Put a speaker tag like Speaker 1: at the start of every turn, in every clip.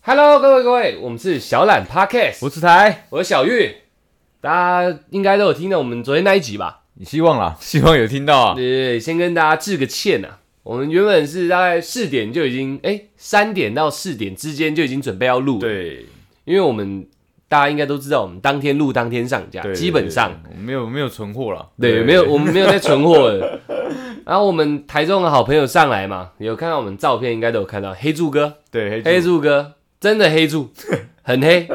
Speaker 1: Hello，各位各位，我们是小懒 Podcast，
Speaker 2: 我是台，
Speaker 1: 我是小玉，大家应该都有听到我们昨天那一集吧？
Speaker 2: 你希望啦， 希望有听到啊
Speaker 1: 对。对对，先跟大家致个歉啊。我们原本是大概四点就已经，哎，三点到四点之间就已经准备要录。，
Speaker 2: 对，
Speaker 1: 因为我们大家应该都知道，我们当天录当天上架，
Speaker 2: 对
Speaker 1: 基本上
Speaker 2: 对对对没有没有存货了。
Speaker 1: 对，没有，我们没有在存货的。 然后我们台中的好朋友上来嘛，有看到我们照片，应该都有看到黑柱哥，
Speaker 2: 对黑
Speaker 1: 黑
Speaker 2: 猪
Speaker 1: 柱哥真的黑 柱，很黑，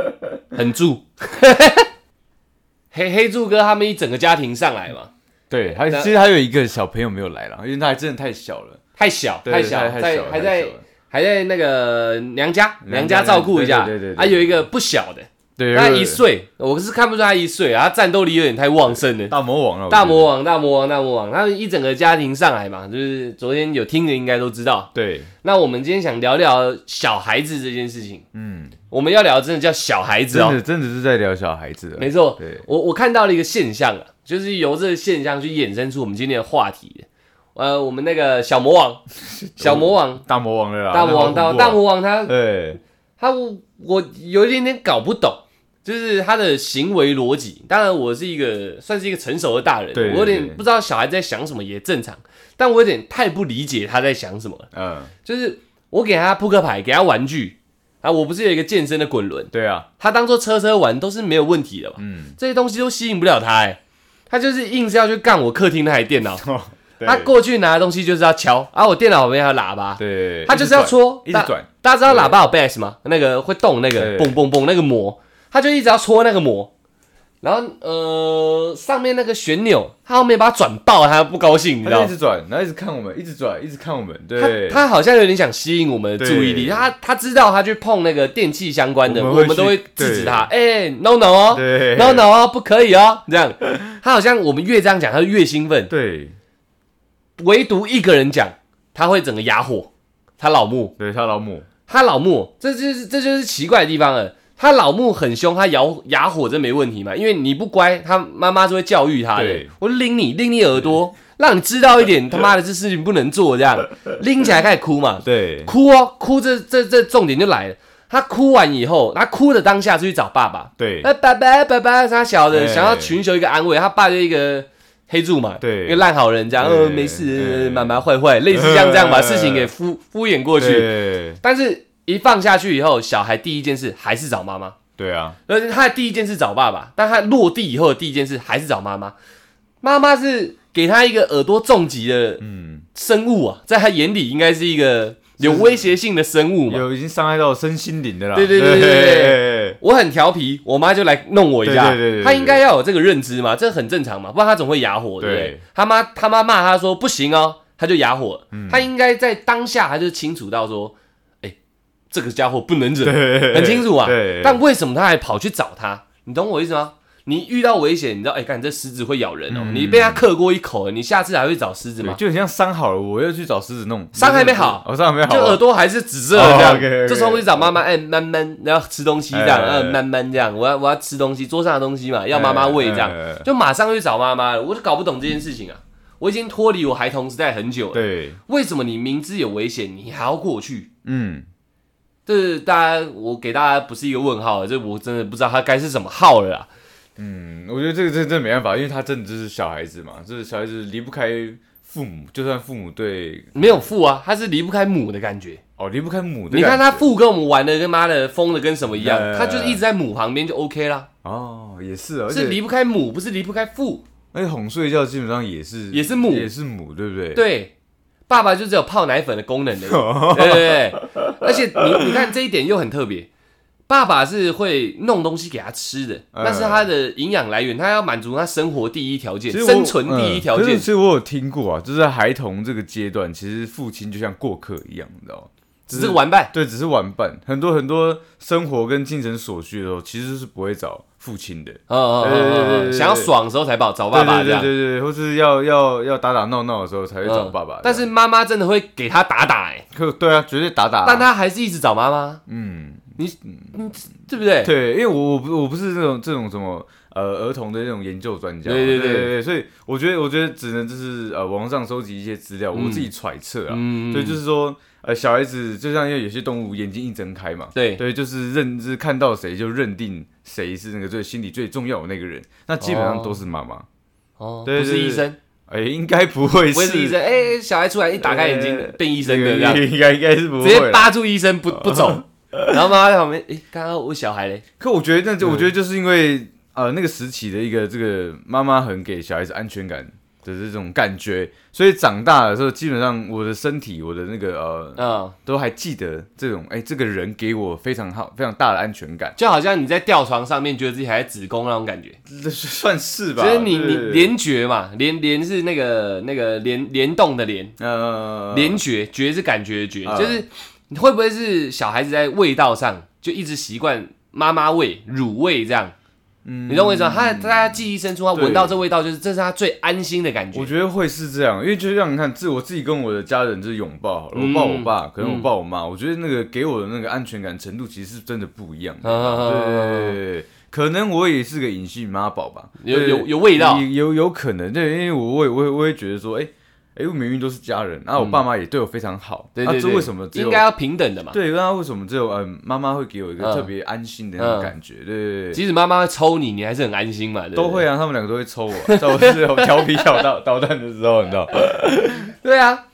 Speaker 1: 很柱。 黑黑柱哥他们一整个家庭上来嘛，
Speaker 2: 对，还
Speaker 1: 那
Speaker 2: 其实还有一个小朋友没有来了，因为他还真的太小了，
Speaker 1: 太小
Speaker 2: 对
Speaker 1: 太小，
Speaker 2: 太太小
Speaker 1: 在
Speaker 2: 了，
Speaker 1: 还
Speaker 2: 太
Speaker 1: 在
Speaker 2: 小了
Speaker 1: 还在那个娘家
Speaker 2: 娘
Speaker 1: 娘
Speaker 2: 家
Speaker 1: 家照顾一下，
Speaker 2: 对对对对对
Speaker 1: 还有一个不小的，
Speaker 2: 对，
Speaker 1: 他
Speaker 2: 有
Speaker 1: 一岁，我是看不出他一岁啊，他战斗力有点太旺盛了。
Speaker 2: 大魔王了，我觉得
Speaker 1: 大魔王，大魔王，大魔王，他们一整个家庭上来嘛，就是昨天有听的应该都知道。
Speaker 2: 对，
Speaker 1: 那我们今天想聊聊小孩子这件事情，
Speaker 2: 嗯，
Speaker 1: 我们要聊的真的叫小孩子
Speaker 2: 真
Speaker 1: 哦，
Speaker 2: 的真的是在聊小孩子了，
Speaker 1: 没错，
Speaker 2: 对
Speaker 1: 我我看到了一个现象啊，就是由这个现象去衍生出我们今天的话题。呃，我们那个小魔 王，小魔王，
Speaker 2: 大魔王了啦，
Speaker 1: 大魔王，
Speaker 2: 那
Speaker 1: 大
Speaker 2: 好恐怖哦
Speaker 1: 大魔王他，他
Speaker 2: 对
Speaker 1: 我有一点点搞不懂，就是他的行为逻辑。当然，我是一个算是一个成熟的大人，
Speaker 2: 对对
Speaker 1: 我有
Speaker 2: 对
Speaker 1: 点不知道小孩在想什么，也正常。但我有点太不理解他在想什么了。
Speaker 2: 嗯，
Speaker 1: 就是我给他扑克牌，给他玩具啊，我不是有一个健身的滚轮，
Speaker 2: 对啊，
Speaker 1: 他当做车车玩都是没有问题的吧？
Speaker 2: 嗯，
Speaker 1: 这些东西都吸引不了他、哎，他就是硬是要去干我客厅那台电脑，
Speaker 2: 对
Speaker 1: 他过去拿的东西就是要敲，啊，我电脑旁边还有喇叭，
Speaker 2: 对，
Speaker 1: 他就是要戳，
Speaker 2: 一直
Speaker 1: 大
Speaker 2: 转，
Speaker 1: 大家知道喇叭有 bass 吗？那个会动那个
Speaker 2: 对
Speaker 1: 蹦蹦蹦那个膜，他就一直要戳那个膜，然后呃上面那个旋钮，他后面把它转爆，他不高兴，你
Speaker 2: 一
Speaker 1: 知
Speaker 2: 直转，他
Speaker 1: 道吗？
Speaker 2: 就一直转，然后一直看我们，一直转，一直看我们，
Speaker 1: 他
Speaker 2: 对，
Speaker 1: 他好像有点想吸引我们的注意力，
Speaker 2: 对
Speaker 1: 他他知道他去碰那个电器相关的，
Speaker 2: 我
Speaker 1: 我
Speaker 2: 们会
Speaker 1: 们都会
Speaker 2: 去
Speaker 1: 制止
Speaker 2: 对
Speaker 1: 他，哎，no no 哦，
Speaker 2: 对
Speaker 1: no no 哦，不可以哦，这样，他好像我们越这样讲，他就越兴奋，
Speaker 2: 对
Speaker 1: 唯独一个人讲，他会整个哑火。他老木，
Speaker 2: 对，他老母，
Speaker 1: 他老木，这就是这就是奇怪的地方了。他老木很凶，他哑哑火这没问题嘛，因为你不乖，他妈妈就会教育他的
Speaker 2: 对。
Speaker 1: 我拎你拎你耳朵，让你知道一点，他妈的这事情不能做这样，拎起来开始哭嘛，
Speaker 2: 对
Speaker 1: 哭哦哭这这这重点就来了。他哭完以后，他哭的当下就去找爸爸，
Speaker 2: 对
Speaker 1: 那爸爸爸爸他小的
Speaker 2: 哎
Speaker 1: 想要寻求一个安慰，他爸就一个黑柱嘛，
Speaker 2: 对
Speaker 1: 一个烂好人这样，
Speaker 2: 对
Speaker 1: 呃，没事，
Speaker 2: 哎
Speaker 1: 妈妈坏坏，类似这样这样把
Speaker 2: 哎
Speaker 1: 事情给敷敷衍过去。
Speaker 2: 对
Speaker 1: 但是，一放下去以后，小孩第一件事还是找妈妈，
Speaker 2: 对啊，
Speaker 1: 而且他的第一件事找爸爸，但他落地以后的第一件事还是找妈妈。妈妈是给他一个耳朵重疾的
Speaker 2: 嗯，
Speaker 1: 生物啊，在他眼里应该是一个有威胁性的生物嘛。
Speaker 2: 有已经伤害到身心灵的啦，
Speaker 1: 对对对对
Speaker 2: 对
Speaker 1: 我很调皮，我妈就来弄我一下。
Speaker 2: 对对对对对
Speaker 1: 她应该要有这个认知嘛，这很正常嘛，不然她总会哑火，对不对？
Speaker 2: 对
Speaker 1: 她妈她妈骂她说不行哦，她就哑火了。
Speaker 2: 嗯
Speaker 1: 她应该在当下，她就清楚到说，哎、这个家伙不能忍，
Speaker 2: 对
Speaker 1: 很清楚啊。
Speaker 2: 对，
Speaker 1: 但为什么她还跑去找他？你懂我意思吗？你遇到危险，你知道，哎、干这狮子会咬人哦，
Speaker 2: 嗯
Speaker 1: 你被它刻过一口了，你下次还会找狮子
Speaker 2: 对
Speaker 1: 吗？
Speaker 2: 就很像伤好了，我又去找狮子弄，
Speaker 1: 伤还没好
Speaker 2: 我伤还没 好
Speaker 1: 就
Speaker 2: 啊，
Speaker 1: 耳朵还是紫色的这样。
Speaker 2: 哦，OK，OK
Speaker 1: 这时候我就找妈妈，哎、慢慢，然后吃东西这样，
Speaker 2: 哎哎哎
Speaker 1: 嗯、慢慢这样，我要我要吃东西，桌上的东西嘛，要妈妈喂这样，
Speaker 2: 哎哎哎
Speaker 1: 就马上去找妈妈了。我就搞不懂这件事情啊，我已经脱离我孩童时代很久了，
Speaker 2: 对，
Speaker 1: 为什么你明知有危险，你还要过去？
Speaker 2: 嗯，
Speaker 1: 这是大家，我给大家不是一个问号了，这我真的不知道它该是什么号了啦。
Speaker 2: 嗯我觉得这个这真的没办法，因为他真的就是小孩子嘛，就是小孩子离不开父母，就算父母对
Speaker 1: 没有父啊，它是离不开母的感觉。
Speaker 2: 哦离不开母的
Speaker 1: 你看
Speaker 2: 感
Speaker 1: 它
Speaker 2: 觉
Speaker 1: 父跟我们玩的跟妈的疯的跟什么一样
Speaker 2: 哎哎，哎
Speaker 1: 它就是一直在母旁边就 OK 啦，
Speaker 2: 哦也是啊，而
Speaker 1: 是
Speaker 2: 且
Speaker 1: 离不开母，不是离不开父。
Speaker 2: 而且哄睡觉基本上也是
Speaker 1: 也是母
Speaker 2: 也是母，对不对？哦
Speaker 1: 对，爸爸就只有泡奶粉的功能的， 对对对。而且你你看这一点又很特别，爸爸是会弄东西给他吃的，
Speaker 2: 嗯
Speaker 1: 那是他的营养来源，他要满足他生活第一条件，
Speaker 2: 其实我
Speaker 1: 生存第一条
Speaker 2: 嗯可
Speaker 1: 件
Speaker 2: 是。其实我有听过啊，就是在孩童这个阶段，其实父亲就像过客一样，你知道吗？
Speaker 1: 只是个玩伴，
Speaker 2: 对，只是玩伴，很多很多生活跟精神所需的时候，其实是不会找父亲的。
Speaker 1: 嗯嗯
Speaker 2: 对对对对
Speaker 1: 嗯嗯，
Speaker 2: 对
Speaker 1: 想要爽的时候才找找爸爸
Speaker 2: 对
Speaker 1: 这
Speaker 2: 对
Speaker 1: 样
Speaker 2: 对。对对，或是要要要打打闹闹的时候才会
Speaker 1: 嗯
Speaker 2: 找爸爸。
Speaker 1: 但是妈妈真的会给他打打哎、欸
Speaker 2: 可对啊，绝对打打啊。
Speaker 1: 但他还是一直找妈妈，
Speaker 2: 嗯，
Speaker 1: 对不对？
Speaker 2: 对，因为我我不我不是这种这种什么呃儿童的那种研究专家嘛，
Speaker 1: 对对
Speaker 2: 对
Speaker 1: 对
Speaker 2: 对对，所以我觉得我觉得只能就是呃网上收集一些资料，我自己揣测啊，
Speaker 1: 嗯，
Speaker 2: 对，就是说呃小孩子就像因为有些动物眼睛一睁开嘛，
Speaker 1: 对
Speaker 2: 对，就是认知看到谁就认定谁是那个最心理最重要的那个人，那基本上都是妈妈。
Speaker 1: 哦，
Speaker 2: 对
Speaker 1: 不是
Speaker 2: 对
Speaker 1: 医
Speaker 2: 对
Speaker 1: 生，
Speaker 2: 哎、应该不会
Speaker 1: 不会是医生，哎，小孩出来一打开眼
Speaker 2: 呃
Speaker 1: 睛变医生的这样，
Speaker 2: 应该应该是不
Speaker 1: 直
Speaker 2: 会啦。
Speaker 1: 接扒住医生不不走，哦 然后妈妈在旁边，哎，刚刚我小孩嘞，
Speaker 2: 可我觉得那就我觉得就是
Speaker 1: 嗯
Speaker 2: 因为呃那个时期的一个这个妈妈很给小孩子安全感的这种感觉，所以长大的时候基本上我的身体我的那个呃
Speaker 1: 嗯，
Speaker 2: 都还记得这种哎、这个人给我非常好非常大的安全感，
Speaker 1: 就好像你在吊床上面觉得自己还在子宫那种感觉，
Speaker 2: 这算是吧？
Speaker 1: 所以你你
Speaker 2: 对
Speaker 1: 联觉嘛，联联是那个那个联联动的联，
Speaker 2: 呃
Speaker 1: 联觉觉是感觉的觉，
Speaker 2: 嗯
Speaker 1: 就是你会不会是小孩子在味道上就一直习惯妈妈味、乳味这样？你懂我意思吗？他他在记忆深处，他
Speaker 2: 对
Speaker 1: 闻到这味道，就是这是他最安心的感觉
Speaker 2: 我。觉得会是这样，因为就像你看，自我自己跟我的家人就是拥抱好了，
Speaker 1: 嗯
Speaker 2: 我抱我爸，可能我抱我妈，我觉得那个给我的那个安全感程度其实是真的不一样的。
Speaker 1: 嗯
Speaker 2: 对，可能我也是个隐性妈宝吧，
Speaker 1: 有
Speaker 2: 对
Speaker 1: 有有味道
Speaker 2: 有有有可能，对，因为我我也我也我也觉得说，哎、哎、我明明都是家人，然、后我爸妈也对我非常
Speaker 1: 嗯
Speaker 2: 好，
Speaker 1: 对对
Speaker 2: 啊、这
Speaker 1: 对，
Speaker 2: 为什么只有
Speaker 1: 应该要平等的嘛？
Speaker 2: 对？那为什么只有嗯妈妈会给我一个
Speaker 1: 嗯
Speaker 2: 特别安心的那种感觉？对对对。
Speaker 1: 即使妈妈会抽你，你还是很安心嘛？对不对
Speaker 2: 都会啊，他们两个都会抽我， 在我是有调皮小捣捣蛋的时候，你知道？
Speaker 1: 对啊，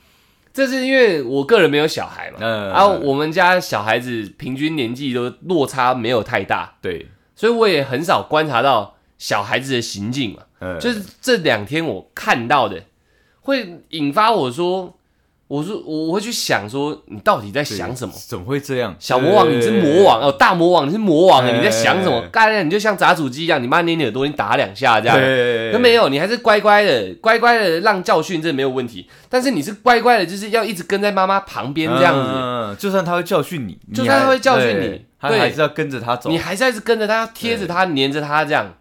Speaker 1: 这是因为我个人没有小孩嘛，
Speaker 2: 嗯
Speaker 1: 啊，我们家小孩子平均年纪都落差没有太大，
Speaker 2: 对，
Speaker 1: 所以我也很少观察到小孩子的行径嘛。
Speaker 2: 嗯，
Speaker 1: 就是这两天我看到的，会引发我说，我说我会去想说，你到底在
Speaker 2: 对
Speaker 1: 想什么？
Speaker 2: 怎么会这样？
Speaker 1: 小魔王，
Speaker 2: 对
Speaker 1: 你是魔王，哦，大魔王，你是魔王，
Speaker 2: 哎
Speaker 1: 你在想什么
Speaker 2: 哎哎？
Speaker 1: 干，你就像砸主机一样，你妈捏你耳朵，你打两下这样。
Speaker 2: 对，
Speaker 1: 那没有，你还是乖乖的，乖乖的让教训，这没有问题。但是你是乖乖的，就是要一直跟在妈妈旁边这样子，
Speaker 2: 子，嗯就算他会教训你，
Speaker 1: 就算他
Speaker 2: 你还
Speaker 1: 会教训你
Speaker 2: 对他
Speaker 1: 对
Speaker 2: 还是要跟着他走
Speaker 1: 你。还是要一直跟着他，贴着他，黏着他这样，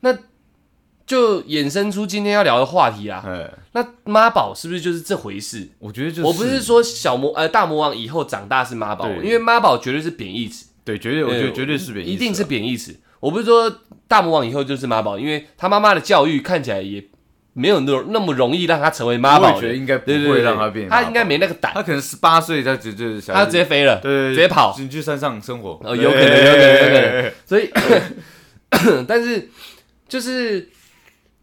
Speaker 1: 那就衍生出今天要聊的话题啦。
Speaker 2: 哎，
Speaker 1: 那妈宝是不是就是这回事？
Speaker 2: 我觉得就是，
Speaker 1: 我不是说小魔呃大魔王以后长大是妈宝，
Speaker 2: 对
Speaker 1: 因为妈宝绝对是贬义词，
Speaker 2: 对，绝对，我觉
Speaker 1: 呃
Speaker 2: 得绝对是贬义词啊，
Speaker 1: 一定是贬义词。我不是说大魔王以后就是妈宝，因为他妈妈的教育看起来也没有那那么容易让他成为妈
Speaker 2: 我
Speaker 1: 宝
Speaker 2: 也觉得
Speaker 1: 的，
Speaker 2: 应该不
Speaker 1: 对对
Speaker 2: 会
Speaker 1: 对，
Speaker 2: 让他变，
Speaker 1: 他应该，没那个胆，
Speaker 2: 他可能十八岁他直接
Speaker 1: 他直接飞了，
Speaker 2: 对
Speaker 1: 直接跑
Speaker 2: 你去山上生活，
Speaker 1: 哦有可能有可能有可能
Speaker 2: 能，
Speaker 1: 所以，但是就是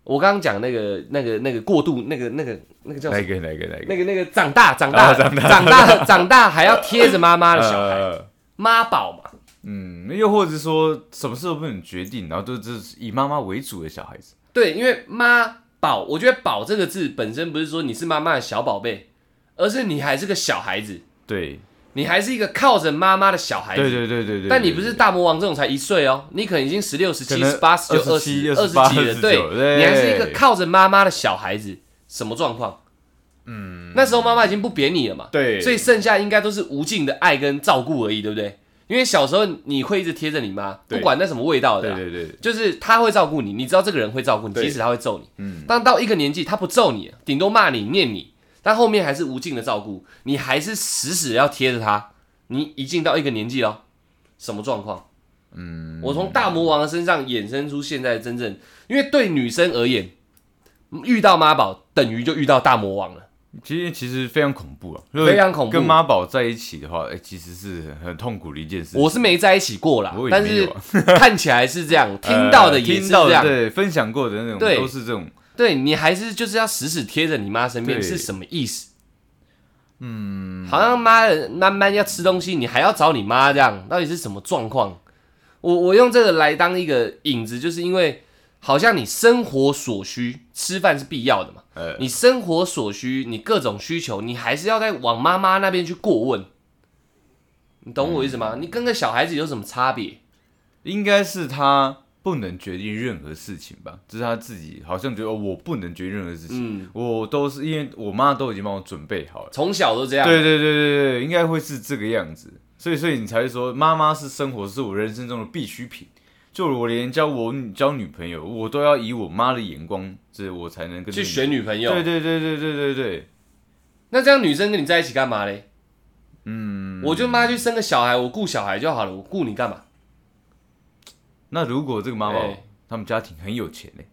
Speaker 1: 我刚刚讲那个那个那个过度那个那个那个叫什
Speaker 2: 来
Speaker 1: 么
Speaker 2: 一个来一 个来一个
Speaker 1: 那个那个长大长大
Speaker 2: 啊长大
Speaker 1: 长大长大还要贴着妈妈的小孩，
Speaker 2: 呃
Speaker 1: 妈宝嘛。
Speaker 2: 嗯，又或者说什么事都不能决定，然后就就是以妈妈为主的小孩子，
Speaker 1: 对，因为妈宝，我觉得“宝”这个字本身不是说你是妈妈的小宝贝，而是你还是个小孩子，
Speaker 2: 对，
Speaker 1: 你还是一个靠着妈妈的小孩子。
Speaker 2: 对对对对对，
Speaker 1: 但你不
Speaker 2: 对
Speaker 1: 是大魔王这种才一岁哦，你可能已经十六、十七、十八、十
Speaker 2: 可能
Speaker 1: 九、二十、
Speaker 2: 27
Speaker 1: 二十
Speaker 2: 28
Speaker 1: 几了，
Speaker 2: 29
Speaker 1: 对，
Speaker 2: 对
Speaker 1: 你还是一个靠着妈妈的小孩子，什么状况？嗯，那时候妈妈已经不扁你了嘛，
Speaker 2: 对
Speaker 1: 所以剩下应该都是无尽的爱跟照顾而已，对不对？因为小时候你会一直贴着你妈，不
Speaker 2: 对
Speaker 1: 管那什么味道的啊
Speaker 2: 对
Speaker 1: 啦，
Speaker 2: 对对，
Speaker 1: 就是他会照顾你，你知道这个人会照顾你，
Speaker 2: 对
Speaker 1: 即使他会揍你，
Speaker 2: 嗯
Speaker 1: 但到一个年纪他不揍你了，顶多骂你、念你，但后面还是无尽的照顾，你还是死死地要贴着他。你一进到一个年纪了，什么状况？嗯，我从大魔王的身上衍生出现在真正，因为对女生而言，遇到妈宝等于就遇到大魔王了。
Speaker 2: 其实其实非常恐怖啊，
Speaker 1: 非常恐怖
Speaker 2: 跟妈宝在一起的话，哎、其实是很很痛苦的一件事。呃
Speaker 1: 我是没在一起过啦
Speaker 2: 我，也
Speaker 1: 但
Speaker 2: 没
Speaker 1: 是
Speaker 2: 有啊
Speaker 1: 看起来是这样，听到的
Speaker 2: 呃
Speaker 1: 也是
Speaker 2: 听到
Speaker 1: 这
Speaker 2: 的，
Speaker 1: 样，
Speaker 2: 对，分享过的那种
Speaker 1: 对
Speaker 2: 都是这种。
Speaker 1: 对你还是就是要死死贴着你妈身边
Speaker 2: 对
Speaker 1: 是什么意思？嗯，好像妈的慢慢要吃东西，你还要找你妈这样，到底是什么状况？我我用这个来当一个引子，就是因为好像你生活所需，吃饭是必要的嘛，
Speaker 2: 呃，
Speaker 1: 你生活所需，你各种需求，你还是要再往妈妈那边去过问。你懂我意思吗？
Speaker 2: 嗯
Speaker 1: 你跟个小孩子有什么差别？
Speaker 2: 应该是他不能决定任何事情吧，就是他自己好像觉得、哦我不能决定任何事情，我都是因为我妈都已经帮我准备好了。
Speaker 1: 从小嗯都这样，
Speaker 2: 对对对对对，应该会是这个样子。所以所以你才会说，妈妈是生活是我人生中的必需品。就我连交我女交女朋友，我都要以我妈的眼光，这我才能跟
Speaker 1: 去选
Speaker 2: 女
Speaker 1: 女朋友。
Speaker 2: 对对对对对对对，
Speaker 1: 那这样女生跟你在一起干嘛嘞？嗯，我就妈去生个小孩，我顾小孩就好了，我顾你干嘛？
Speaker 2: 那如果这个妈宝
Speaker 1: 哎
Speaker 2: 他们家庭很有钱嘞、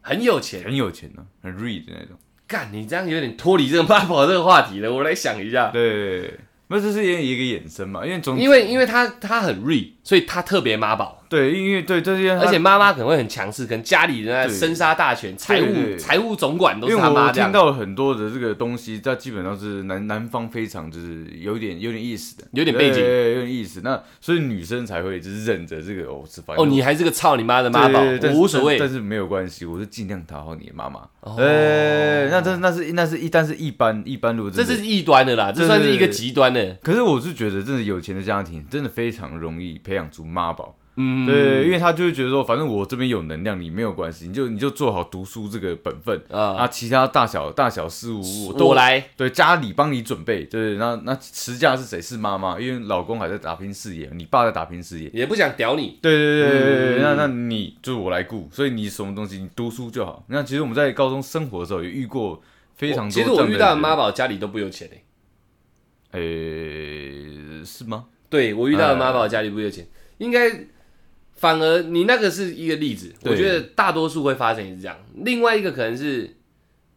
Speaker 1: 很有钱。
Speaker 2: 很有钱呢、很 rich 的那种。
Speaker 1: 干，你这样有点脱离这个妈宝这个话题了。我来想一下，
Speaker 2: 对对对对，那这是一个衍生嘛，因为总
Speaker 1: 因为因为他他很 re，所以他特别妈宝，
Speaker 2: 对，因为对，这些
Speaker 1: 而且妈妈可能会很强势，可能家里人在
Speaker 2: 对
Speaker 1: 生杀大权，财
Speaker 2: 对对
Speaker 1: 务
Speaker 2: 对
Speaker 1: 财务总管都
Speaker 2: 因为
Speaker 1: 是他
Speaker 2: 我
Speaker 1: 妈这
Speaker 2: 听
Speaker 1: 样，
Speaker 2: 到了很多的这个东西，它基本上是南南方非常就是有点有点意思的，
Speaker 1: 有点背景
Speaker 2: 对对对有点意思。那所以女生才会就是忍着这个哦，是反正
Speaker 1: 哦，你还是个操你妈的妈宝，
Speaker 2: 对对对
Speaker 1: 我无所谓
Speaker 2: 但，但是没有关系，我是尽量讨好你的妈妈。
Speaker 1: 哦
Speaker 2: 呃、那这那是那是一，但是一般一般如果
Speaker 1: 这
Speaker 2: 真的
Speaker 1: 是异端的啦，这
Speaker 2: 对
Speaker 1: 算是一个
Speaker 2: 对对
Speaker 1: 极端的。
Speaker 2: 可是我是觉得，真的有钱的家庭真的非常容易培养出妈宝。
Speaker 1: 嗯，
Speaker 2: 对，因为他就会觉得说，反正我这边有能量，你没有关系，你就你就做好读书这个本分
Speaker 1: 啊
Speaker 2: 啊，其他大小大小事务我都
Speaker 1: 我来，
Speaker 2: 对，家里帮你准备，对，那那持家是谁？是妈妈，因为老公还在打拼事业，你爸在打拼事业，
Speaker 1: 也不想屌你。
Speaker 2: 对对对对对，那那你就是我来顾，所以你什么东西你读书就好。那其实我们在高中生活的时候也遇过非常多，
Speaker 1: 其实我遇到的妈，宝家里都不有钱诶、
Speaker 2: 呃，是吗？
Speaker 1: 对我遇到的妈宝家里不有钱，应该反而你那个是一个例子，
Speaker 2: 对
Speaker 1: 我觉得大多数会发生也是这样。另外一个可能是，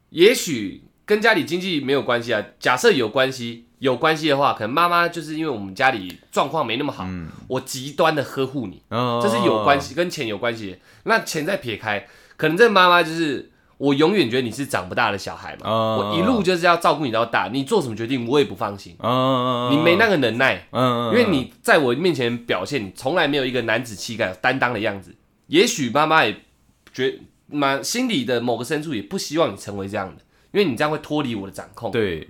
Speaker 1: 也许跟家里经济没有关系啊。假设有关系，有关系的话，可能妈妈就是因为我们家里状况没那么好，我极端的呵护你，
Speaker 2: 嗯哦
Speaker 1: 这是有关，系，跟钱有关系。那钱再撇开，可能这妈妈就是我永远觉得你是长不大的小孩嘛，
Speaker 2: 哦
Speaker 1: 我一路就是要照顾你到大，你做什么决定我也不放心，
Speaker 2: 啊，
Speaker 1: 你没那个能耐，
Speaker 2: 嗯，嗯，
Speaker 1: 因为你在我面前表现，你从来没有一个男子气概、有担当的样子。也许妈妈也觉妈心里的某个深处也不希望你成为这样的，因为你这样会脱离我的掌控。
Speaker 2: 对，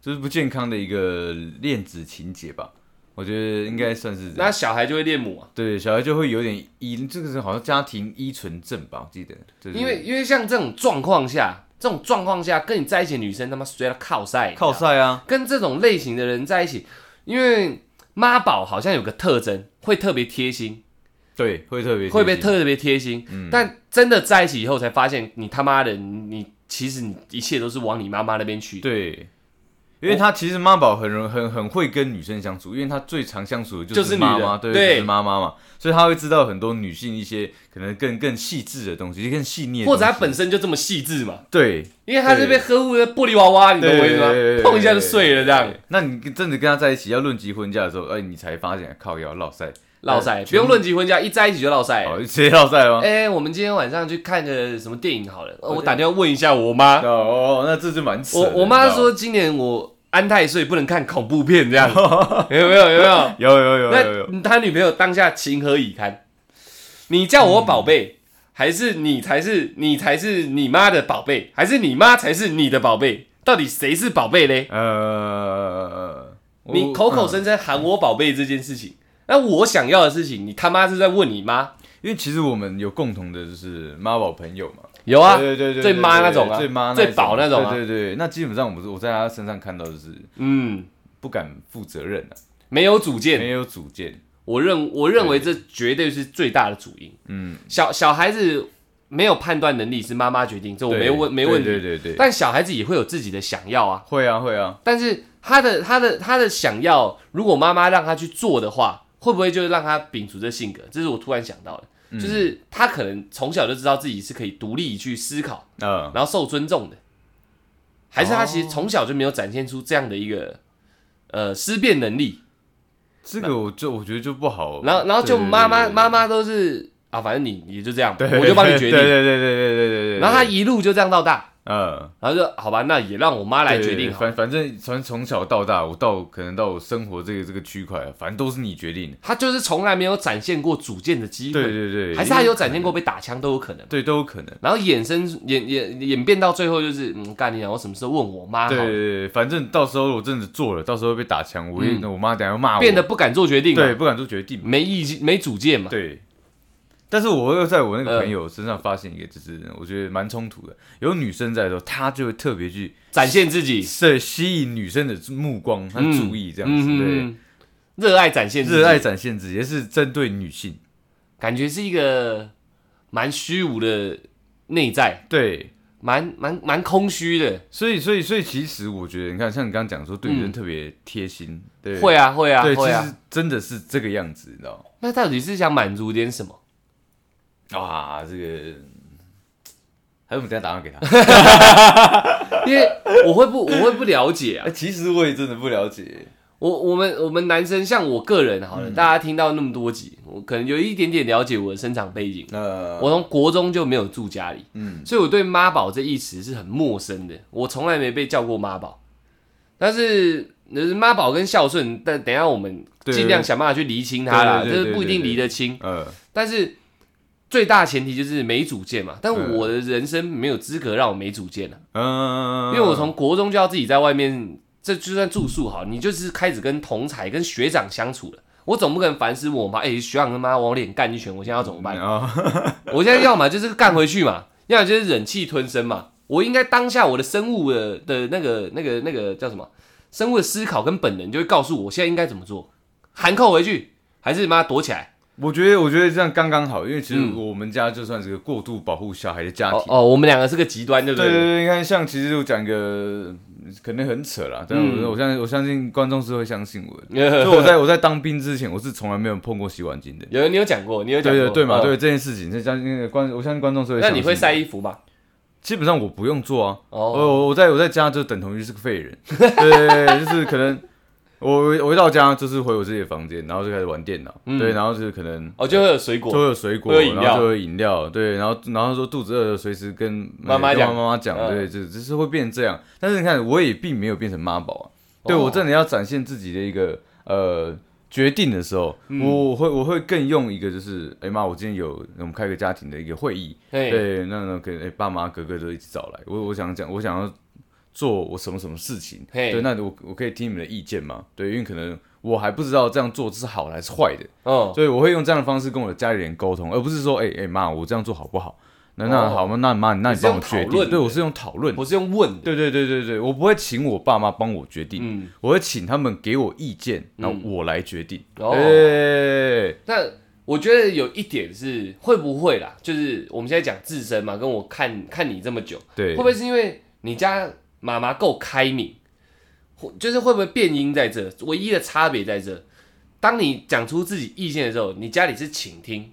Speaker 2: 这是不健康的一个恋子情节吧？我觉得应该算是这样。
Speaker 1: 那小孩就会恋母啊，
Speaker 2: 对，小孩就会有点依，这个是好像家庭依存症吧？我记得，对对对
Speaker 1: 因为因为像这种状况下，这种状况下跟你在一起的女生他妈随了靠晒，你知道
Speaker 2: 靠
Speaker 1: 吗
Speaker 2: 晒啊，
Speaker 1: 跟这种类型的人在一起，因为妈宝好像有个特征，会特别贴心，
Speaker 2: 对，会特别
Speaker 1: 会被
Speaker 2: 贴心嗯
Speaker 1: 特别贴心。但真的在一起以后，才发现你他妈的，你你其实你一切都是往你妈妈那边去。
Speaker 2: 对，因为他其实妈宝很容很很会跟女生相处，因为他最常相处的
Speaker 1: 就
Speaker 2: 就是是
Speaker 1: 女
Speaker 2: 妈
Speaker 1: 人
Speaker 2: 妈，对，
Speaker 1: 对
Speaker 2: 就是妈妈嘛，所以他会知道很多女性一些可能更更细致的东西，更细腻的东
Speaker 1: 或
Speaker 2: 西，
Speaker 1: 者他本身就这么细致嘛，
Speaker 2: 对。
Speaker 1: 因为他是被呵护的玻璃娃娃，你懂我意思吗
Speaker 2: 对对对？对
Speaker 1: 碰一下就碎了这样
Speaker 2: 对。那你真的跟他在一起要论及婚嫁的时候，哎，你才发现靠要落塞，
Speaker 1: 落塞，不用论及婚嫁，一在一起就落塞。
Speaker 2: 哦，直接落塞吗？
Speaker 1: 哎，我们今天晚上去看个什么电影好了？呃我打电话问一下我妈，
Speaker 2: 哦，那这就蛮扯
Speaker 1: 我
Speaker 2: 的
Speaker 1: 我妈
Speaker 2: 你知道吗
Speaker 1: 说今年我安太岁不能看恐怖片， 这样有没有？有没有？
Speaker 2: 有有有有有，
Speaker 1: 那他女朋友当下情何以堪？你叫我宝
Speaker 2: 嗯
Speaker 1: 贝，还是你才是你才是你妈的宝贝，还是你妈才是你的宝贝？到底谁是宝贝嘞？
Speaker 2: 呃，我
Speaker 1: 你口口
Speaker 2: 嗯
Speaker 1: 声声喊我宝贝这件事情，那我想要的事情，你他妈是在问你妈？
Speaker 2: 因为其实我们有共同的就是妈宝朋友嘛，
Speaker 1: 有啊，
Speaker 2: 对对对，
Speaker 1: 最
Speaker 2: 对
Speaker 1: 妈
Speaker 2: 对
Speaker 1: 那种啊，
Speaker 2: 最妈那
Speaker 1: 最
Speaker 2: 种
Speaker 1: 宝那种啊，
Speaker 2: 对对对。那基本上我是我在他身上看到的是
Speaker 1: 嗯，
Speaker 2: 不敢负责任啊，
Speaker 1: 没有主见。
Speaker 2: 没有主见，
Speaker 1: 我认我认为这绝对是最大的主因。
Speaker 2: 嗯，
Speaker 1: 小小孩子没有判断能力是妈妈决定，这我
Speaker 2: 对
Speaker 1: 没问没问题。
Speaker 2: 对对对对，
Speaker 1: 但小孩子也会有自己的想要啊，
Speaker 2: 会啊会啊，
Speaker 1: 但是他的他的他的想要，如果妈妈让他去做的话，会不会就让他摒除这性格？这是我突然想到的，
Speaker 2: 嗯
Speaker 1: 就是他可能从小就知道自己是可以独立去思考，
Speaker 2: 嗯，
Speaker 1: 然后受尊重的，还是他
Speaker 2: 哦
Speaker 1: 其实从小就没有展现出这样的一个呃思辨能力，
Speaker 2: 这个我就我觉得就不好，
Speaker 1: 然后然后就
Speaker 2: 哦对
Speaker 1: 妈妈
Speaker 2: 对
Speaker 1: 妈妈都是啊，反正你你就这样吧，
Speaker 2: 对对
Speaker 1: 我就帮你决
Speaker 2: 对
Speaker 1: 定，
Speaker 2: 对对对对对对对，
Speaker 1: 然后他一路就这样到大，
Speaker 2: 嗯。
Speaker 1: 然后就好吧，那也让我妈来
Speaker 2: 对
Speaker 1: 决
Speaker 2: 对
Speaker 1: 定好了。
Speaker 2: 反反正从从小到大，我到可能到我生活这个这个区块，反正都是你决定的。
Speaker 1: 他就是从来没有展现过主见的机
Speaker 2: 对
Speaker 1: 会，
Speaker 2: 对对，
Speaker 1: 还是他有展现过被打枪都有可能。
Speaker 2: 对都有可能。
Speaker 1: 然后衍生演演演变到最后就是，嗯，干你娘，我什么时候问我妈好
Speaker 2: 对对
Speaker 1: 了？
Speaker 2: 对，反正到时候我真的做了，到时候被打枪，我也、
Speaker 1: 嗯
Speaker 2: 我妈等下要骂我，
Speaker 1: 变得不敢做决定嘛，
Speaker 2: 对不敢做决定嘛。
Speaker 1: 没意见没主见嘛。
Speaker 2: 对，但是我又在我那个朋友身上发现一个，就是、我觉得蛮冲突的。有女生在的时候，她就会特别去
Speaker 1: 展现自己，
Speaker 2: 吸吸引女生的目光和
Speaker 1: 嗯
Speaker 2: 注意，这样子、
Speaker 1: 嗯哼，热爱展现
Speaker 2: 对。
Speaker 1: 自己，
Speaker 2: 热爱展现自己，也是针对女性。
Speaker 1: 感觉是一个蛮虚无的内在，
Speaker 2: 对，
Speaker 1: 蛮蛮蛮空虚的。
Speaker 2: 所以所以所以，其实我觉得，你看，像你刚刚讲说，对女
Speaker 1: 嗯
Speaker 2: 生特别贴心，对，
Speaker 1: 会啊会啊
Speaker 2: 对，
Speaker 1: 会
Speaker 2: 其
Speaker 1: 啊
Speaker 2: 实，真的是这个样子，你知道吗？
Speaker 1: 那到底是想满足点什么？
Speaker 2: 哇，啊这个， 还是我们等一下打电话给他。
Speaker 1: 因为我会不我会不了解啊
Speaker 2: 哎，，其实我也真的不了解。
Speaker 1: 我我们我们男生像我个人好了，
Speaker 2: 嗯
Speaker 1: 大家听到那么多集，我可能有一点点了解我的生长背景。
Speaker 2: 那
Speaker 1: 我从国中就没有住家里，
Speaker 2: 嗯
Speaker 1: 所以我对妈宝这一词是很陌生的，我从来没被叫过妈宝。但是，呃妈宝跟孝顺，但等一下我们
Speaker 2: 对
Speaker 1: 尽量想办法去厘清它啦，
Speaker 2: 对
Speaker 1: 就
Speaker 2: 对对
Speaker 1: 是不一定离得清。
Speaker 2: 呃，
Speaker 1: 但是最大前提就是没主见嘛。但
Speaker 2: 嗯
Speaker 1: 我的人生没有资格让我没主见啊，
Speaker 2: 嗯，
Speaker 1: 因为我从国中就要自己在外面，这就算住宿好，你就是开始跟同才、跟学长相处了。我总不可能烦死我妈，哎、学长他妈往我脸干一拳，我现在要怎么办？
Speaker 2: 啊，
Speaker 1: 我现在要么就是干回去嘛，要么就是忍气吞声嘛。我应该当下我的生物的的那个那个那个叫什么？生物的思考跟本能就会告诉我现在应该怎么做，含扣回去，还是妈躲起来？
Speaker 2: 我觉得我觉得这样刚刚好，因为其实
Speaker 1: 嗯
Speaker 2: 我们家就算是个过度保护小孩的家
Speaker 1: 哦
Speaker 2: 庭。
Speaker 1: 哦，我们两个是个极端，对不
Speaker 2: 对对
Speaker 1: 对？
Speaker 2: 对，你看，像其实我讲一个可能很扯啦，但
Speaker 1: 嗯
Speaker 2: 我我相信我相信观众是会相信我的。
Speaker 1: 对
Speaker 2: 就我在我在当兵之前，我是从来没有碰过洗碗巾的。
Speaker 1: 有你有讲过，你有讲
Speaker 2: 对
Speaker 1: 过
Speaker 2: 对对嘛，
Speaker 1: 哦
Speaker 2: 对这件事情，这相信那个观，我相信观众是会。
Speaker 1: 那你会晒？衣服吗？
Speaker 2: 基本上我不用做啊，我
Speaker 1: 哦，
Speaker 2: 我我在我在家就等同于是个废人，对，就是可能我我一到家就是回我自己的房间，然后就开始玩电脑，
Speaker 1: 嗯
Speaker 2: 对，然后就是可能
Speaker 1: 哦，就会有水
Speaker 2: 就会
Speaker 1: 果。
Speaker 2: 有水果，
Speaker 1: 会有饮料
Speaker 2: 然后就会有饮料，对，然后然后说肚子饿，随时跟
Speaker 1: 妈妈讲
Speaker 2: 跟妈妈讲，
Speaker 1: 嗯
Speaker 2: 对，就就是会变成这样。但是你看，我也并没有变成妈宝啊，对
Speaker 1: 哦
Speaker 2: 我真的要展现自己的一个呃决定的时候，
Speaker 1: 嗯
Speaker 2: 我我会我会更用一个就是，哎妈，我今天有我们开个家庭的一个会议，
Speaker 1: 对，
Speaker 2: 对，那那跟、诶爸妈哥哥都一起找来，我我想讲，我想要做我什么什么事情，
Speaker 1: 嘿
Speaker 2: 对，那我我可以听你们的意见吗？对，因为可能我还不知道这样做是好的还是坏的，
Speaker 1: 哦，
Speaker 2: 所以我会用这样的方式跟我的家里人沟通，而不是说，哎、哎妈，我这样做好不好？那那
Speaker 1: 哦
Speaker 2: 好吗？那妈，那
Speaker 1: 你
Speaker 2: 你
Speaker 1: 是
Speaker 2: 帮
Speaker 1: 用
Speaker 2: 我决
Speaker 1: 讨
Speaker 2: 定。
Speaker 1: 论
Speaker 2: 对，
Speaker 1: 的
Speaker 2: 我是用讨论。
Speaker 1: 我是用问的，
Speaker 2: 对对对对对，我不会请我爸妈帮我决定，
Speaker 1: 嗯，
Speaker 2: 我会请他们给我意见，然后我来决定。
Speaker 1: 哦
Speaker 2: 哎
Speaker 1: 那我觉得有一点是会不会啦，就是我们现在讲自身嘛，跟我看看你这么久，
Speaker 2: 对，
Speaker 1: 会不会是因为你家妈妈够开明，或就是会不会变音在这？唯一的差别在这，当你讲出自己意见的时候，你家里是倾听，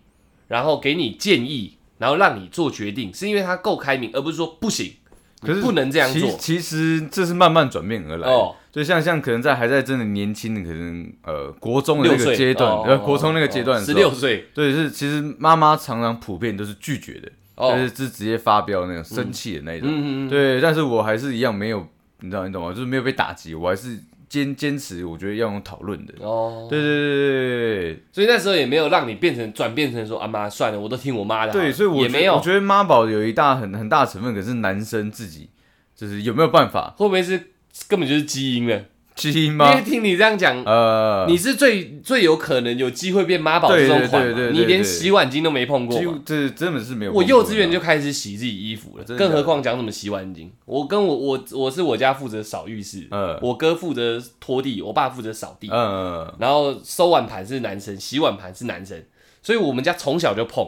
Speaker 1: 然后给你建议，然后让你做决定，是因为他够开明，而不是说不行，
Speaker 2: 可是
Speaker 1: 不能这样
Speaker 2: 其
Speaker 1: 做
Speaker 2: 其实这是慢慢转变而来的
Speaker 1: 哦
Speaker 2: 就像像可能在还在真的年轻的，可能呃国中的那
Speaker 1: 六
Speaker 2: 个
Speaker 1: 岁
Speaker 2: 阶段，
Speaker 1: 哦
Speaker 2: 呃国中那个阶段的时
Speaker 1: 十
Speaker 2: 候，
Speaker 1: 六岁，
Speaker 2: 对，是其实妈妈常常普遍都是拒绝的，
Speaker 1: 哦
Speaker 2: 就是是直接发飙那种生气的那
Speaker 1: 嗯
Speaker 2: 种。
Speaker 1: 嗯嗯，
Speaker 2: 对，但是我还是一样没有，你知道你懂吗？就是没有被打击，我还是坚坚持，我觉得要用讨论的。
Speaker 1: 哦，
Speaker 2: 对对对对对
Speaker 1: 所以那时候也没有让你变成转变成说啊妈算了，我都听我妈的好了，
Speaker 2: 对，所以我
Speaker 1: 啊也
Speaker 2: 觉
Speaker 1: 没有
Speaker 2: 我，觉得妈宝有一大很很大成分，可是男生自己就是有没有办法
Speaker 1: 会不会是根本就是基因了？
Speaker 2: 基因
Speaker 1: 因
Speaker 2: 吗
Speaker 1: 为？听你这样讲，
Speaker 2: 呃，
Speaker 1: 你是最最有可能有机会变妈宝这种款
Speaker 2: 对对对
Speaker 1: 嘛
Speaker 2: 对，对
Speaker 1: 你连洗碗巾都没碰过
Speaker 2: 几乎
Speaker 1: 嘛。
Speaker 2: 这真的是没有碰
Speaker 1: 我
Speaker 2: 过的啊。
Speaker 1: 幼稚园就开始洗自己衣服了，
Speaker 2: 真的假
Speaker 1: 更
Speaker 2: 的
Speaker 1: 何况讲什么洗碗巾？我跟我我我是我家负责扫浴室，
Speaker 2: 嗯
Speaker 1: 我哥负责拖地，我爸负责扫地，
Speaker 2: 嗯，
Speaker 1: 然后收碗盘是男生，洗碗盘是男生，所以我们家从小就碰，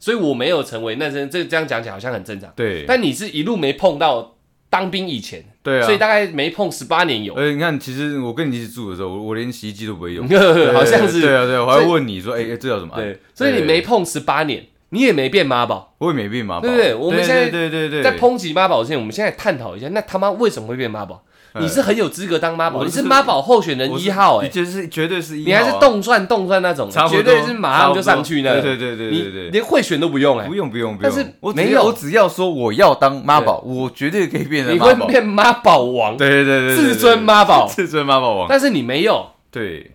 Speaker 1: 所以我没有成为那生，这这样讲起来好像很正常，
Speaker 2: 对，
Speaker 1: 但你是一路没碰到当兵以前，
Speaker 2: 对啊，
Speaker 1: 所以大概没碰十八年有，
Speaker 2: 而且你看，其实我跟你一起住的时候，我我连洗衣机都不会用，
Speaker 1: 好像是
Speaker 2: 对啊，对啊，我还问你说，哎、哎，这叫什么按？
Speaker 1: 对，所以你没碰十八年，你也没变妈宝。
Speaker 2: 我也没病嘛，
Speaker 1: 对不对我们现在
Speaker 2: 对对对对
Speaker 1: 在抨击妈宝之前，我们现在探讨一下，那他妈为什么会变妈宝？
Speaker 2: 嗯
Speaker 1: 你是很有资格当妈宝，
Speaker 2: 我
Speaker 1: 你
Speaker 2: 是
Speaker 1: 是妈宝候选人一号，哎
Speaker 2: 你，就是绝对是一号啊，
Speaker 1: 你还是动算动算那种，
Speaker 2: 差不多，
Speaker 1: 绝对是马上就上去那
Speaker 2: 对
Speaker 1: 种，
Speaker 2: 对对对
Speaker 1: 你
Speaker 2: 对对。
Speaker 1: 连贿选都不用，哎
Speaker 2: 不，用不用不
Speaker 1: 但
Speaker 2: 用，
Speaker 1: 是
Speaker 2: 我只
Speaker 1: 没
Speaker 2: 要
Speaker 1: 有
Speaker 2: 我只要说我要当妈宝，我绝对可以变成
Speaker 1: 你
Speaker 2: 妈
Speaker 1: 会
Speaker 2: 宝。对
Speaker 1: 变妈宝王，
Speaker 2: 对对对，对
Speaker 1: 自尊妈宝，
Speaker 2: 自尊妈宝王。
Speaker 1: 但是你没有，
Speaker 2: 对，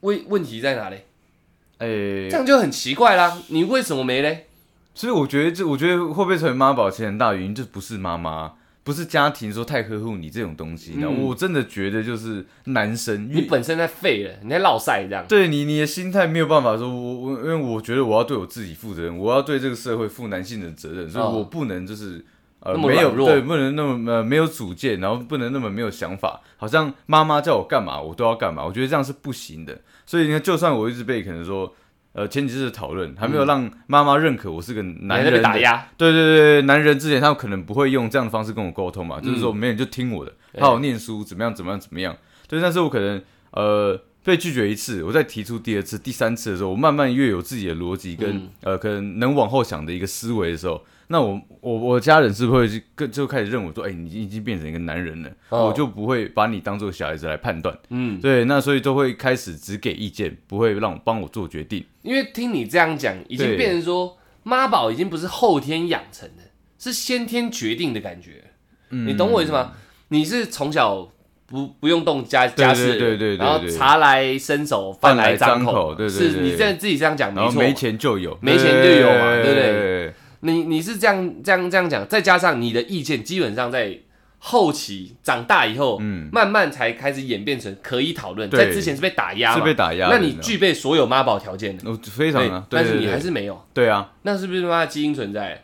Speaker 1: 问问题在哪里？
Speaker 2: 哎
Speaker 1: 这，样就很奇怪啦，你为什么没嘞？
Speaker 2: 所以我觉得这，我觉得会不会成为妈宝，其实很大原因就不是妈妈，不是家庭说太呵护你这种东西。那、
Speaker 1: 嗯
Speaker 2: 我真的觉得就是男生，
Speaker 1: 你本身在废了，你在落晒这样，
Speaker 2: 对你你的心态没有办法说，我我因为我觉得我要对我自己负责任，我要对这个社会负男性的责任，所以
Speaker 1: 哦
Speaker 2: 我不能就是。呃，
Speaker 1: 那么
Speaker 2: 没有
Speaker 1: 软弱
Speaker 2: 对，不能那么呃没有主见，然后不能那么没有想法，好像妈妈叫我干嘛我都要干嘛，我觉得这样是不行的。所以你看，就算我一直被可能说，呃，前几次的讨论还没有让妈妈认可我是个
Speaker 1: 嗯你
Speaker 2: 男
Speaker 1: 还在
Speaker 2: 人
Speaker 1: 被
Speaker 2: 的
Speaker 1: 打压，
Speaker 2: 对对对，男人之前他们可能不会用这样的方式跟我沟通嘛，就是说没有你就听我的，
Speaker 1: 嗯对
Speaker 2: 好好念书，怎么样怎么样怎么样。对，但是我可能呃被拒绝一次，我再提出第二次、第三次的时候，我慢慢越有自己的逻辑跟、
Speaker 1: 嗯
Speaker 2: 呃，可能能往后想的一个思维的时候，那我我我家人是不是会更就开始认我说，哎、你已经变成一个男人了，
Speaker 1: 哦
Speaker 2: 我就不会把你当做小孩子来判断。
Speaker 1: 嗯，
Speaker 2: 对，那所以都会开始只给意见，不会让我帮我做决定。
Speaker 1: 因为听你这样讲，已经
Speaker 2: 对
Speaker 1: 变成说妈宝已经不是后天养成的，是先天决定的感觉。
Speaker 2: 嗯
Speaker 1: 你懂我意思吗？你是从小不不用动家
Speaker 2: 对
Speaker 1: 家事的人，
Speaker 2: 对对对对
Speaker 1: 然后
Speaker 2: 对
Speaker 1: 茶来伸手，饭
Speaker 2: 饭来
Speaker 1: 张
Speaker 2: 张口对对
Speaker 1: 是
Speaker 2: 对
Speaker 1: 你这样自己这样讲
Speaker 2: 然
Speaker 1: 没
Speaker 2: 后
Speaker 1: 错。
Speaker 2: 没钱就有，
Speaker 1: 没钱就有嘛对不对
Speaker 2: 对？
Speaker 1: 你你是这样这样这样讲，再加上你的意见，基本上在后期长大以后，
Speaker 2: 嗯
Speaker 1: 慢慢才开始演变成可以讨论，
Speaker 2: 对
Speaker 1: 在之前是被打压嘛，
Speaker 2: 是被打压的。
Speaker 1: 那你具备所有妈宝条件的，
Speaker 2: 我非常啊，对
Speaker 1: 哎但是
Speaker 2: 对
Speaker 1: 你
Speaker 2: 对
Speaker 1: 还是没有，
Speaker 2: 对啊，
Speaker 1: 那是不是他妈的基因存在？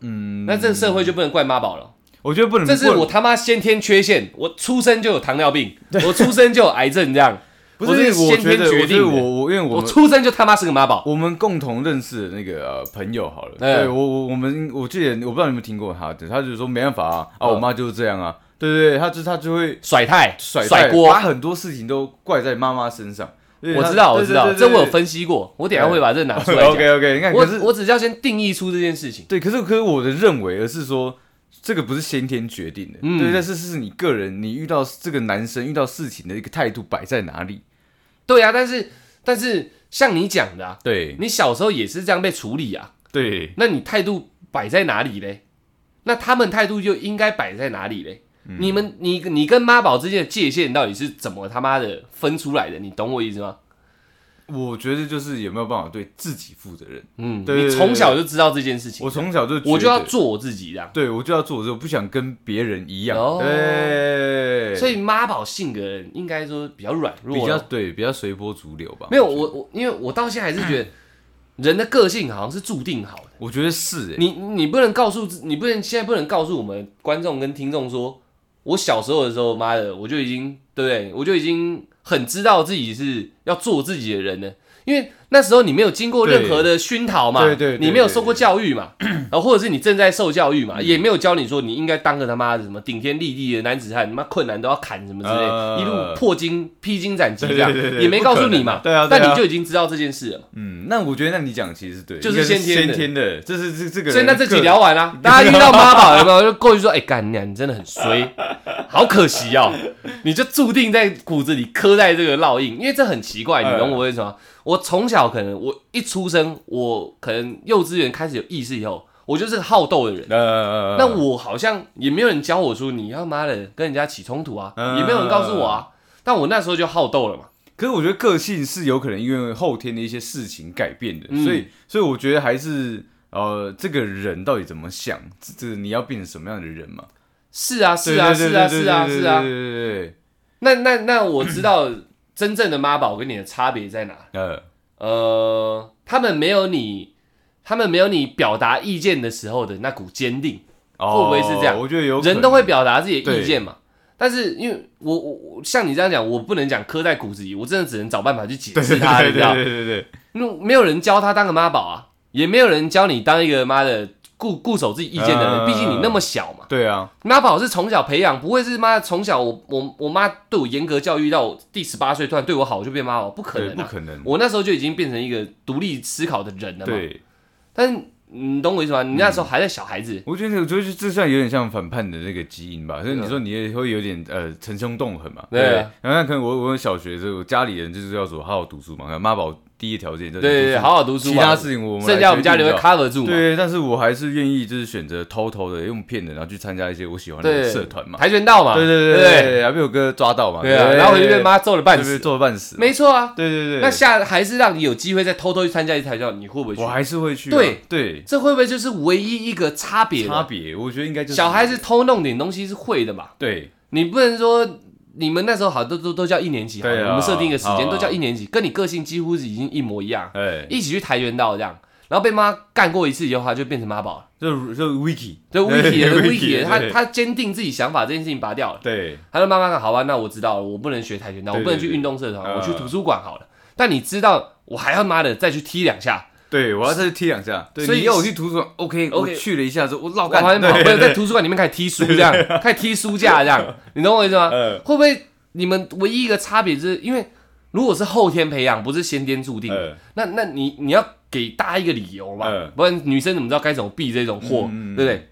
Speaker 2: 嗯，
Speaker 1: 那这个社会就不能怪妈宝了，
Speaker 2: 我觉得不能，
Speaker 1: 这是
Speaker 2: 不
Speaker 1: 我他妈先天缺陷，我出生就有糖尿病，我出生就有癌症，这样
Speaker 2: 不
Speaker 1: 我
Speaker 2: 是
Speaker 1: 是
Speaker 2: 我
Speaker 1: 先
Speaker 2: 觉
Speaker 1: 天
Speaker 2: 得，
Speaker 1: 决
Speaker 2: 我觉得
Speaker 1: 定的
Speaker 2: 我我因为 我
Speaker 1: 我
Speaker 2: 们
Speaker 1: 出生就他妈是个妈宝。
Speaker 2: 我们共同认识的那个呃朋友好了，
Speaker 1: 哎
Speaker 2: 对我我我们我记得我不知道你们听过他的，他就说没办法啊，啊
Speaker 1: 嗯
Speaker 2: 我妈就是这样啊，对对对，他就他就会
Speaker 1: 甩太
Speaker 2: 甩
Speaker 1: 甩
Speaker 2: 带
Speaker 1: 锅
Speaker 2: 把，很多事情都怪在妈妈身上。
Speaker 1: 我知道，我知道，这我有
Speaker 2: 分
Speaker 1: 分析过，我等一下会把这拿出 来讲。
Speaker 2: OK OK，你看，哎可是
Speaker 1: 我我只是要先定义出这件事情。
Speaker 2: 对，可是可是我的认为，而是说这个不是先天决定的，
Speaker 1: 嗯
Speaker 2: 对，但是是你个人，你遇到这个男生遇到事情的一个态度摆在哪里，
Speaker 1: 对啊，但是但是像你讲的啊，
Speaker 2: 对
Speaker 1: 你小时候也是这样被处理啊，
Speaker 2: 对，
Speaker 1: 那你态度摆在哪里嘞？那他们态度就应该摆在哪里嘞？
Speaker 2: 嗯
Speaker 1: 你们你你跟妈宝之间的界限到底是怎么他妈的分出来的？你懂我意思吗？
Speaker 2: 我觉得就是有没有办法对自己负责任。
Speaker 1: 嗯，
Speaker 2: 对
Speaker 1: 你从小就知道这件事情，
Speaker 2: 我从小就
Speaker 1: 我
Speaker 2: 觉
Speaker 1: 就要
Speaker 2: 得，
Speaker 1: 做我自己这样。
Speaker 2: 对我就要做，我就不想跟别人一样，
Speaker 1: 哦
Speaker 2: 对，
Speaker 1: 所以妈宝性格的人应该说比较软弱咯，
Speaker 2: 比较对比较随波逐流吧。
Speaker 1: 没有
Speaker 2: 我觉得，
Speaker 1: 我我，因为我到现在还是 觉得人的个性好像是注定好的。
Speaker 2: 我觉得是、欸，
Speaker 1: 你你不能告诉自你不能现在不能告诉我们观众跟听众说，我小时候的时候，妈的，我就已经对不对？我就已经很知道自己是要做自己的人了，因为那时候你没有经过
Speaker 2: 对
Speaker 1: 任何的熏陶嘛，
Speaker 2: 对对对
Speaker 1: 你没有受过教育嘛，然后或者是你正在受教育
Speaker 2: 嗯
Speaker 1: 嘛，也没有教你说你应该当个他妈的什么顶天立地的男子汉，你妈困难都要砍什么之类，
Speaker 2: 呃
Speaker 1: 一路破金披荆斩棘这样
Speaker 2: 对对对，对
Speaker 1: 也没告诉你嘛
Speaker 2: 不，可能啊对啊对啊
Speaker 1: 但你就已经知道这件事了嘛。
Speaker 2: 嗯，那我觉得那你讲的其实是对，
Speaker 1: 就是
Speaker 2: 应该
Speaker 1: 先天的
Speaker 2: 先天的，这是这这个人的个，
Speaker 1: 所以那这集聊完啦、啊大家遇到妈 宝有没有就过去说，哎、干你、啊，你真的很衰，好可惜哦，你就注定在骨子里刻在这个烙印，因为这很奇怪，
Speaker 2: 哎
Speaker 1: 你懂我为什么？我从小可能我一出生，我可能幼稚园开始有意识以后，我就是个好斗的人。
Speaker 2: 呃，
Speaker 1: 那我好像也没有人教我说你要妈的跟人家起冲突啊，
Speaker 2: 嗯
Speaker 1: 也没有人告诉我啊。但我那时候就好斗了嘛，
Speaker 2: 可是我觉得个性是有可能因为后天的一些事情改变的，
Speaker 1: 嗯
Speaker 2: 所以所以我觉得还是呃，这个人到底怎么想，这这你要变成什么样的人嘛？
Speaker 1: 是啊，是啊，
Speaker 2: 对
Speaker 1: 是啊，是啊，是啊
Speaker 2: 对。对对对
Speaker 1: 那那那我知道真正的妈宝跟你的差别在哪
Speaker 2: 对，呃，
Speaker 1: 呃，他们没有你，他们没有你表达意见的时候的那股坚定。
Speaker 2: 哦
Speaker 1: 会不会是这样
Speaker 2: 我觉得有可能
Speaker 1: 人都会表达自己的意见嘛。但是因为我我我像你这样讲，我不能讲刻在骨子里，我真的只能找办法去解
Speaker 2: 对
Speaker 1: 释
Speaker 2: 对
Speaker 1: 他，
Speaker 2: 对
Speaker 1: 你知道
Speaker 2: 对？对对
Speaker 1: 那没有人教他当个妈宝啊，也没有人教你当一个妈的固固守自己意见的人，
Speaker 2: 嗯
Speaker 1: 毕竟你那么小嘛。
Speaker 2: 对啊，
Speaker 1: 妈宝是从小培养，不会是妈从小我我我妈对我严格教育到我第十八岁突然对我好我就变妈宝，不可
Speaker 2: 对
Speaker 1: 能
Speaker 2: 不
Speaker 1: 啊！
Speaker 2: 可能，
Speaker 1: 我那时候就已经变成一个独立思考的人了嘛。
Speaker 2: 对，
Speaker 1: 但是你懂我意思吗？你那时候还在小孩子，
Speaker 2: 我觉得我觉得这算有点像反叛的那个基因吧，所以你说你也会有点呃逞凶斗狠嘛，
Speaker 1: 啊对啊
Speaker 2: 对。然后可能我我小学的时候，我家里人就是要说好好读书嘛，妈宝第一条件就是
Speaker 1: 对对
Speaker 2: 读
Speaker 1: 对，
Speaker 2: 书
Speaker 1: 好好读书
Speaker 2: 其
Speaker 1: 嘛
Speaker 2: 他，事情我们来
Speaker 1: 剩下我们家里
Speaker 2: 决
Speaker 1: 会
Speaker 2: 定就好
Speaker 1: cover 住嘛。
Speaker 2: 对，但是我还是愿意就是选择偷偷的用骗的，然后去参加一些我喜欢的
Speaker 1: 对，
Speaker 2: 社团嘛。
Speaker 1: 跆拳道嘛，
Speaker 2: 对
Speaker 1: 对
Speaker 2: 对对
Speaker 1: 不
Speaker 2: 对，还被我哥抓到嘛。
Speaker 1: 对啊，然后回去被妈揍了半
Speaker 2: 对
Speaker 1: 死
Speaker 2: 被，做得半死。
Speaker 1: 没错啊。
Speaker 2: 对对对，
Speaker 1: 那下还是让你有机会再偷偷去参加一台教，你会不会去
Speaker 2: 我？还是会去啊。
Speaker 1: 对
Speaker 2: 对，
Speaker 1: 这会不会就是唯一一个差别了？
Speaker 2: 差别我觉得应该就是
Speaker 1: 小孩子偷弄点东西是会的嘛，
Speaker 2: 对
Speaker 1: 你不能说。你们那时候好都都都叫一年级，好了
Speaker 2: 对啊
Speaker 1: 我们设定一个时间
Speaker 2: 啊
Speaker 1: 都叫一年级，跟你个性几乎是已经一模一样，
Speaker 2: 哎，
Speaker 1: 一起去跆拳道这样，然后被妈干过一次以后，他就变成妈宝了。
Speaker 2: 就就 Wiki
Speaker 1: 对 w i k i
Speaker 2: 对
Speaker 1: 的 w i
Speaker 2: Wiki，
Speaker 1: k i 他
Speaker 2: 对
Speaker 1: 他坚定自己想法这件事情拔掉了。
Speaker 2: 对
Speaker 1: 他说：“妈妈，好吧，那我知道了，我不能学跆拳道，
Speaker 2: 对
Speaker 1: 我不能去
Speaker 2: 对对
Speaker 1: 运动社团，
Speaker 2: 呃
Speaker 1: 我去图书馆好了。但你知道，我还要妈的再去踢两下，
Speaker 2: 对，我要再去踢两下。对，
Speaker 1: 所以
Speaker 2: 你要我去图书馆，OK，我
Speaker 1: OK
Speaker 2: 去了一下之后，我老
Speaker 1: 我发
Speaker 2: 干
Speaker 1: 现跑
Speaker 2: 对
Speaker 1: 不能在图书馆里面开始踢书这样，开始踢书架这样，你懂我意思吗？
Speaker 2: 呃
Speaker 1: 会不会你们唯一一个差别就是因为如果是后天培养，不是先天注定，
Speaker 2: 呃
Speaker 1: 那那你你要给大家一个理由嘛，
Speaker 2: 嗯
Speaker 1: 不然女生怎么知道该怎么避这种祸，
Speaker 2: 嗯
Speaker 1: 对不对？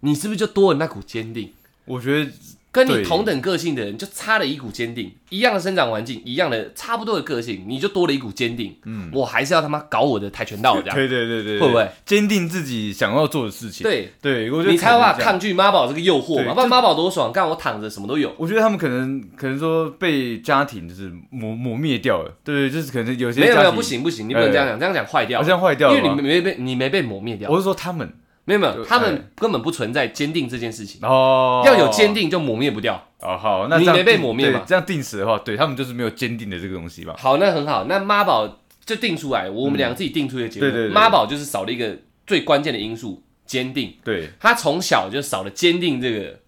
Speaker 1: 你是不是就多了那股坚定？
Speaker 2: 我觉得
Speaker 1: 跟你
Speaker 2: 对
Speaker 1: 同等个性的人，就差了一股坚定，一样的生长环境，一样的差不多的个性，你就多了一股坚定。嗯，我还是要他妈搞我的跆拳道这样，
Speaker 2: 对对对对，
Speaker 1: 会不会
Speaker 2: 坚定自己想要做的事情？
Speaker 1: 对，
Speaker 2: 对，我觉得
Speaker 1: 你才有办法
Speaker 2: 可能这样
Speaker 1: 抗拒妈宝这个诱惑
Speaker 2: 对
Speaker 1: 嘛，不然妈宝多爽，干我躺着什么都有。
Speaker 2: 我觉得他们可能可能说被家庭就是磨磨灭掉了，对，就是可能有些
Speaker 1: 没有没
Speaker 2: 家
Speaker 1: 有，
Speaker 2: 庭
Speaker 1: 不，行不行，你不能这样讲，这样讲坏掉
Speaker 2: 哎好
Speaker 1: 了，
Speaker 2: 像坏掉
Speaker 1: 因
Speaker 2: 了
Speaker 1: 为你
Speaker 2: 吗。
Speaker 1: 没被你没被磨灭掉
Speaker 2: 我。是说他们
Speaker 1: 没有没有，
Speaker 2: 就
Speaker 1: 他
Speaker 2: 哎
Speaker 1: 们根本不存在坚定这件事情，
Speaker 2: 哦，
Speaker 1: 要有坚定就磨灭不掉。
Speaker 2: 哦，好，那
Speaker 1: 你
Speaker 2: 这样
Speaker 1: 没被
Speaker 2: 定
Speaker 1: 抹灭嘛
Speaker 2: 对这样定死的话，对他们就是没有坚定的这个东西吧？
Speaker 1: 好，那很好，那妈宝就定出来，我们俩自己定出一个结
Speaker 2: 对对
Speaker 1: 论，
Speaker 2: 对
Speaker 1: 妈宝就是少了一个最关键的因素——坚定。
Speaker 2: 对，
Speaker 1: 他从小就少了坚定这个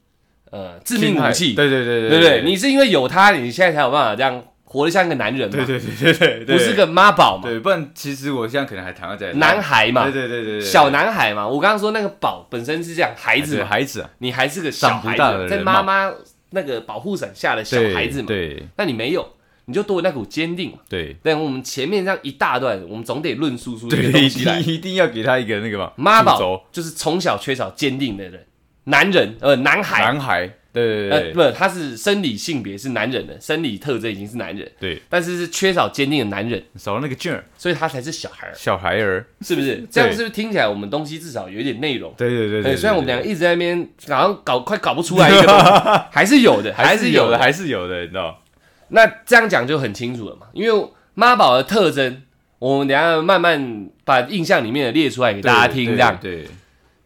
Speaker 1: 呃致命武器，
Speaker 2: 对对对
Speaker 1: 对不
Speaker 2: 对
Speaker 1: 对？你是因为有他，你现在才有办法这样活得像个男人嘛，
Speaker 2: 对对对对对，
Speaker 1: 不是个妈宝嘛，
Speaker 2: 对，不然其实我现在可能还躺在家里
Speaker 1: 男孩嘛
Speaker 2: 对，对对对对，
Speaker 1: 小男孩嘛。我刚刚说那个宝本身是这样孩
Speaker 2: 孩
Speaker 1: 子嘛，
Speaker 2: 孩子啊，
Speaker 1: 你还是个小
Speaker 2: 长
Speaker 1: 孩
Speaker 2: 不大的
Speaker 1: 子，
Speaker 2: 人
Speaker 1: 在妈妈那个保护伞下的小
Speaker 2: 对啊
Speaker 1: 孩子嘛，
Speaker 2: 对
Speaker 1: 那你没有，你就多了那股坚定嘛。
Speaker 2: 对
Speaker 1: 但我们前面这样一大段，我们总得论述出一个
Speaker 2: 对，
Speaker 1: 东
Speaker 2: 一
Speaker 1: 西来
Speaker 2: 定。一定要给他一个那个嘛，
Speaker 1: 妈
Speaker 2: 主
Speaker 1: 宝
Speaker 2: 轴
Speaker 1: 就是从小缺少坚定的人，男人呃男孩
Speaker 2: 男孩，对
Speaker 1: 呃，
Speaker 2: 对对
Speaker 1: 不，他是生理性别是男人的，生理特征已经是男人，
Speaker 2: 对，
Speaker 1: 但是是缺少坚定的男人，
Speaker 2: 少了那个劲儿，
Speaker 1: 所以他才是小孩儿，
Speaker 2: 小孩儿，
Speaker 1: 是不 是？这样是不是听起来我们东西至少有一点内容？呃
Speaker 2: 对对对对，
Speaker 1: 哎虽然我们
Speaker 2: 对
Speaker 1: 两个一直在那边好像搞快搞不出来一个东 西，还是有的，
Speaker 2: 还
Speaker 1: 是
Speaker 2: 是有的，
Speaker 1: 的。
Speaker 2: 还是有的，你知道？
Speaker 1: 那这样讲就很清楚了嘛，因为妈宝的特征，我们等一下慢慢把印象里面的列出来给大家听，这样
Speaker 2: 对，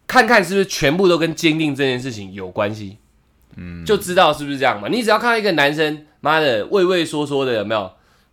Speaker 1: 看看是不是全部都跟坚定这件事情有关系，嗯，就知道是不是这样嘛。你只要看到一个男生，妈的畏畏缩缩的，有没有？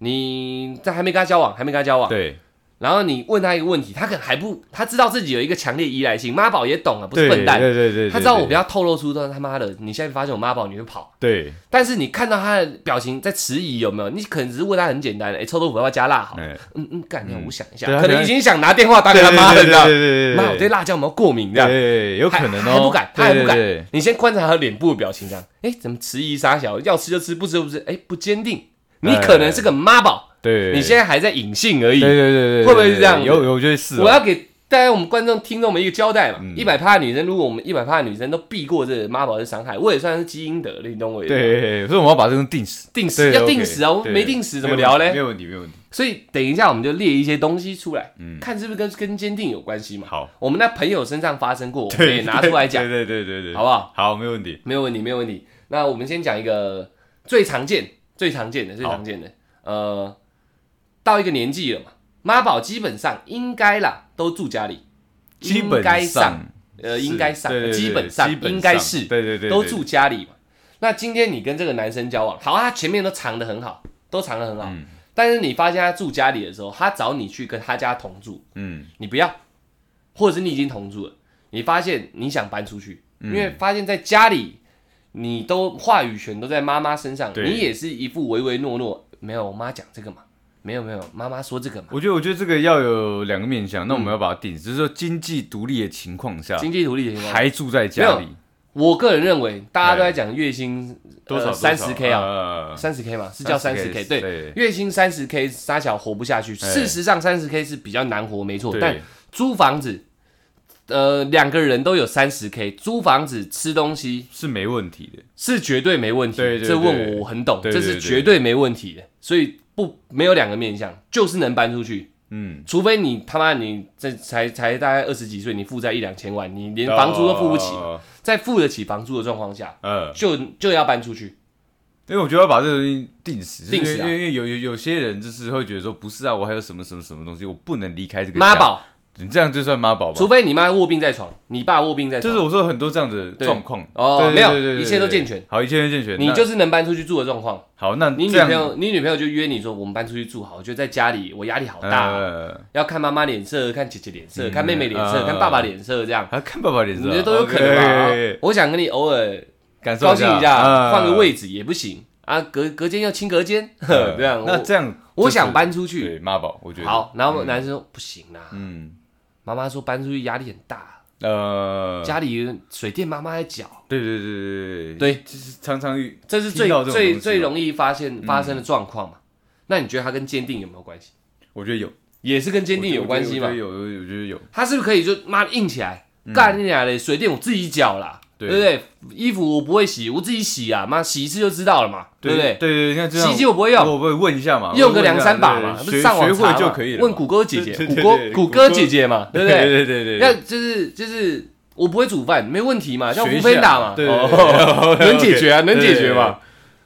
Speaker 1: 你在还没跟他交往，还没跟他交往，
Speaker 2: 对，
Speaker 1: 然后你问他一个问题，他可能还不，他知道自己有一个强烈依赖性，妈宝也懂啊，不是
Speaker 2: 对
Speaker 1: 笨蛋，
Speaker 2: 对对对，
Speaker 1: 他知道我不
Speaker 2: 要，
Speaker 1: 要透露出他他妈的，你现在发现我妈宝，你就跑。
Speaker 2: 对，
Speaker 1: 但是你看到他的表情在迟疑，有没有？你可能只是问他很简单的，哎、臭豆腐要不要加辣好？
Speaker 2: 哎，
Speaker 1: 嗯嗯，干，那我想一下，
Speaker 2: 对他
Speaker 1: 可能
Speaker 2: 可能
Speaker 1: 已经想拿电话打给他妈了，
Speaker 2: 对
Speaker 1: 你知道
Speaker 2: 对？对对，
Speaker 1: 妈，我对辣椒有没有过敏？这样。
Speaker 2: 对，有可能哦，
Speaker 1: 还还不敢，他还不
Speaker 2: 对
Speaker 1: 敢。你先观察他脸部的表情，这样，哎，怎么迟疑傻小？要吃就吃，不吃就不吃，哎，不坚定。你可能是个妈宝，
Speaker 2: 哎对，
Speaker 1: 你现在还在隐性而已
Speaker 2: 对。对对对，有，我觉得是，
Speaker 1: 我要给大家我们观众听众们一个交代嘛，
Speaker 2: 嗯
Speaker 1: 一百趴的女生，如果我们一百趴的女生都避过这个妈宝的伤害，我也算是基因得了，你懂我意思吗？
Speaker 2: 对，所以我们要把这个定死，
Speaker 1: 定时要定时啊，我们没定时怎么聊
Speaker 2: 没
Speaker 1: 嘞？
Speaker 2: 有问题，没有问题。
Speaker 1: 所以等一下我们就列一些东西出来，
Speaker 2: 嗯
Speaker 1: 看是不是跟跟坚定有关系嘛。
Speaker 2: 好，
Speaker 1: 我们那朋友身上发生过，我们也拿出来讲，
Speaker 2: 对对对对，
Speaker 1: 好不，好？
Speaker 2: 好，没有问题。
Speaker 1: 没有问题，没有问题。那我们先讲一个最常见、最常见的、最常见的。呃，到一个年纪了嘛，妈宝基本上应该啦，都住家里，
Speaker 2: 基本
Speaker 1: 应该上，呃，应该上，基本上应该是
Speaker 2: 对对对，
Speaker 1: 都住家里嘛。那今天你跟这个男生交往，好啊，他前面都藏得很好，都藏得很好。
Speaker 2: 嗯
Speaker 1: 但是你发现他住家里的时候，他找你去跟他家同住，
Speaker 2: 嗯，
Speaker 1: 你不要，或者是你已经同住了，你发现你想搬出去，
Speaker 2: 嗯
Speaker 1: 因为发现在家里你都话语权都在妈妈身上，
Speaker 2: 对
Speaker 1: 你也是一副唯唯诺诺，没有我妈讲这个嘛，没有没有妈妈说这个嘛，
Speaker 2: 我觉得，我觉得这个要有两个面向。那我们要把它定，就是说经济独立的情况下，
Speaker 1: 经济独立的情况下，
Speaker 2: 还住在家里，
Speaker 1: 我个人认为大家都在讲月薪
Speaker 2: 多少
Speaker 1: 三十 K 啊，
Speaker 2: 啊
Speaker 1: 三十 K 嘛是叫三十 K 对。
Speaker 2: 对
Speaker 1: 月薪三十 K，沙小活不下去。
Speaker 2: 哎
Speaker 1: 事实上，三十 K 是比较难活，没错。
Speaker 2: 对
Speaker 1: 但租房子，呃，两个人都有三十 K，租房子、吃东西
Speaker 2: 是没问题的。
Speaker 1: 是绝对没问题。
Speaker 2: 对对
Speaker 1: 这问
Speaker 2: 对
Speaker 1: 我我很懂，
Speaker 2: 对对
Speaker 1: 这是
Speaker 2: 对
Speaker 1: 绝对没问题的。所以不没有两个面向，就是能搬出去。
Speaker 2: 嗯，
Speaker 1: 除非你他妈你这才才大概二十几岁，你负债一两千万，你连房租都付不起，
Speaker 2: 哦
Speaker 1: 在付得起房租的状况下，
Speaker 2: 呃，
Speaker 1: 就就要搬出去。
Speaker 2: 因为我觉得要把这个东西定死，
Speaker 1: 定死
Speaker 2: 因
Speaker 1: 啊
Speaker 2: 为因为有有有些人就是会觉得说，不是啊，我还有什么什么什么东西，我不能离开这个家
Speaker 1: 妈，宝，
Speaker 2: 你这样就算妈宝吧
Speaker 1: 除？非你妈卧病在床，你爸卧病在
Speaker 2: 就
Speaker 1: 床
Speaker 2: 是，我说很多这样的状况
Speaker 1: 哦
Speaker 2: 对对
Speaker 1: 没有
Speaker 2: 对对对
Speaker 1: 一切都
Speaker 2: 对
Speaker 1: 健全
Speaker 2: 好，一切都健全，
Speaker 1: 你
Speaker 2: 那
Speaker 1: 就是能搬出去住的状况。
Speaker 2: 好，那
Speaker 1: 你女
Speaker 2: 这样
Speaker 1: 朋友，你女朋友就约你说，我们搬出去住好，我觉得在家里我压力好大哦，
Speaker 2: 呃，
Speaker 1: 要看妈妈脸色，看姐姐脸色，
Speaker 2: 嗯
Speaker 1: 看妹妹脸色，
Speaker 2: 呃
Speaker 1: 看爸爸脸色，这样，
Speaker 2: 还啊看爸爸脸
Speaker 1: 你
Speaker 2: 色，
Speaker 1: 觉得都有可能
Speaker 2: OK，哎
Speaker 1: 吧？我想跟你偶尔
Speaker 2: 感受
Speaker 1: 高兴一下，
Speaker 2: 呃
Speaker 1: 换个位置也不行啊，隔隔间要亲隔 间，
Speaker 2: 呃
Speaker 1: 这样。
Speaker 2: 那
Speaker 1: 我
Speaker 2: 这样
Speaker 1: 我
Speaker 2: 就是
Speaker 1: 想搬出去，
Speaker 2: 对嗯妈宝，我觉得，
Speaker 1: 好，然后男生说不行啦，
Speaker 2: 嗯，
Speaker 1: 妈妈说搬出去压力很大，
Speaker 2: 呃，
Speaker 1: 家里水电妈妈在缴，
Speaker 2: 对对对对
Speaker 1: 对
Speaker 2: 就是常常遇
Speaker 1: 这是最
Speaker 2: 听到这种
Speaker 1: 最
Speaker 2: 东西
Speaker 1: 最
Speaker 2: 哦
Speaker 1: 容易发现发生的状况嘛。那你觉得它跟坚定有没有关系？
Speaker 2: 我觉得有
Speaker 1: 也是跟坚定有关系嘛
Speaker 2: 我觉？得有，我觉得有我觉得有，
Speaker 1: 他是不是可以就妈硬起来，干你俩嘞？水电我自己缴啦，对
Speaker 2: 对
Speaker 1: 不对？衣服我不会洗，我自己洗啊，妈洗一次就知道了嘛，对不
Speaker 2: 对
Speaker 1: 对？
Speaker 2: 对对，你看这样
Speaker 1: 洗衣机我不会用
Speaker 2: 我不会问一下嘛，
Speaker 1: 用个
Speaker 2: 我问一
Speaker 1: 两
Speaker 2: 下
Speaker 1: 三把
Speaker 2: 对
Speaker 1: 嘛，不
Speaker 2: 学
Speaker 1: 是上网
Speaker 2: 学
Speaker 1: 查
Speaker 2: 会
Speaker 1: 嘛
Speaker 2: 就可以了嘛。
Speaker 1: 问 谷歌姐姐，
Speaker 2: 对
Speaker 1: 谷
Speaker 2: 对
Speaker 1: 歌
Speaker 2: 对
Speaker 1: 谷
Speaker 2: 谷歌
Speaker 1: 歌姐姐嘛，对不对？
Speaker 2: 对对对对
Speaker 1: 那
Speaker 2: 对，
Speaker 1: 就是就是我不会煮饭，没问题嘛，像
Speaker 2: 学一
Speaker 1: 无
Speaker 2: 下
Speaker 1: 非打嘛，
Speaker 2: 对对对
Speaker 1: 哦能解决啊，
Speaker 2: 对
Speaker 1: 能
Speaker 2: 对对
Speaker 1: 解决嘛，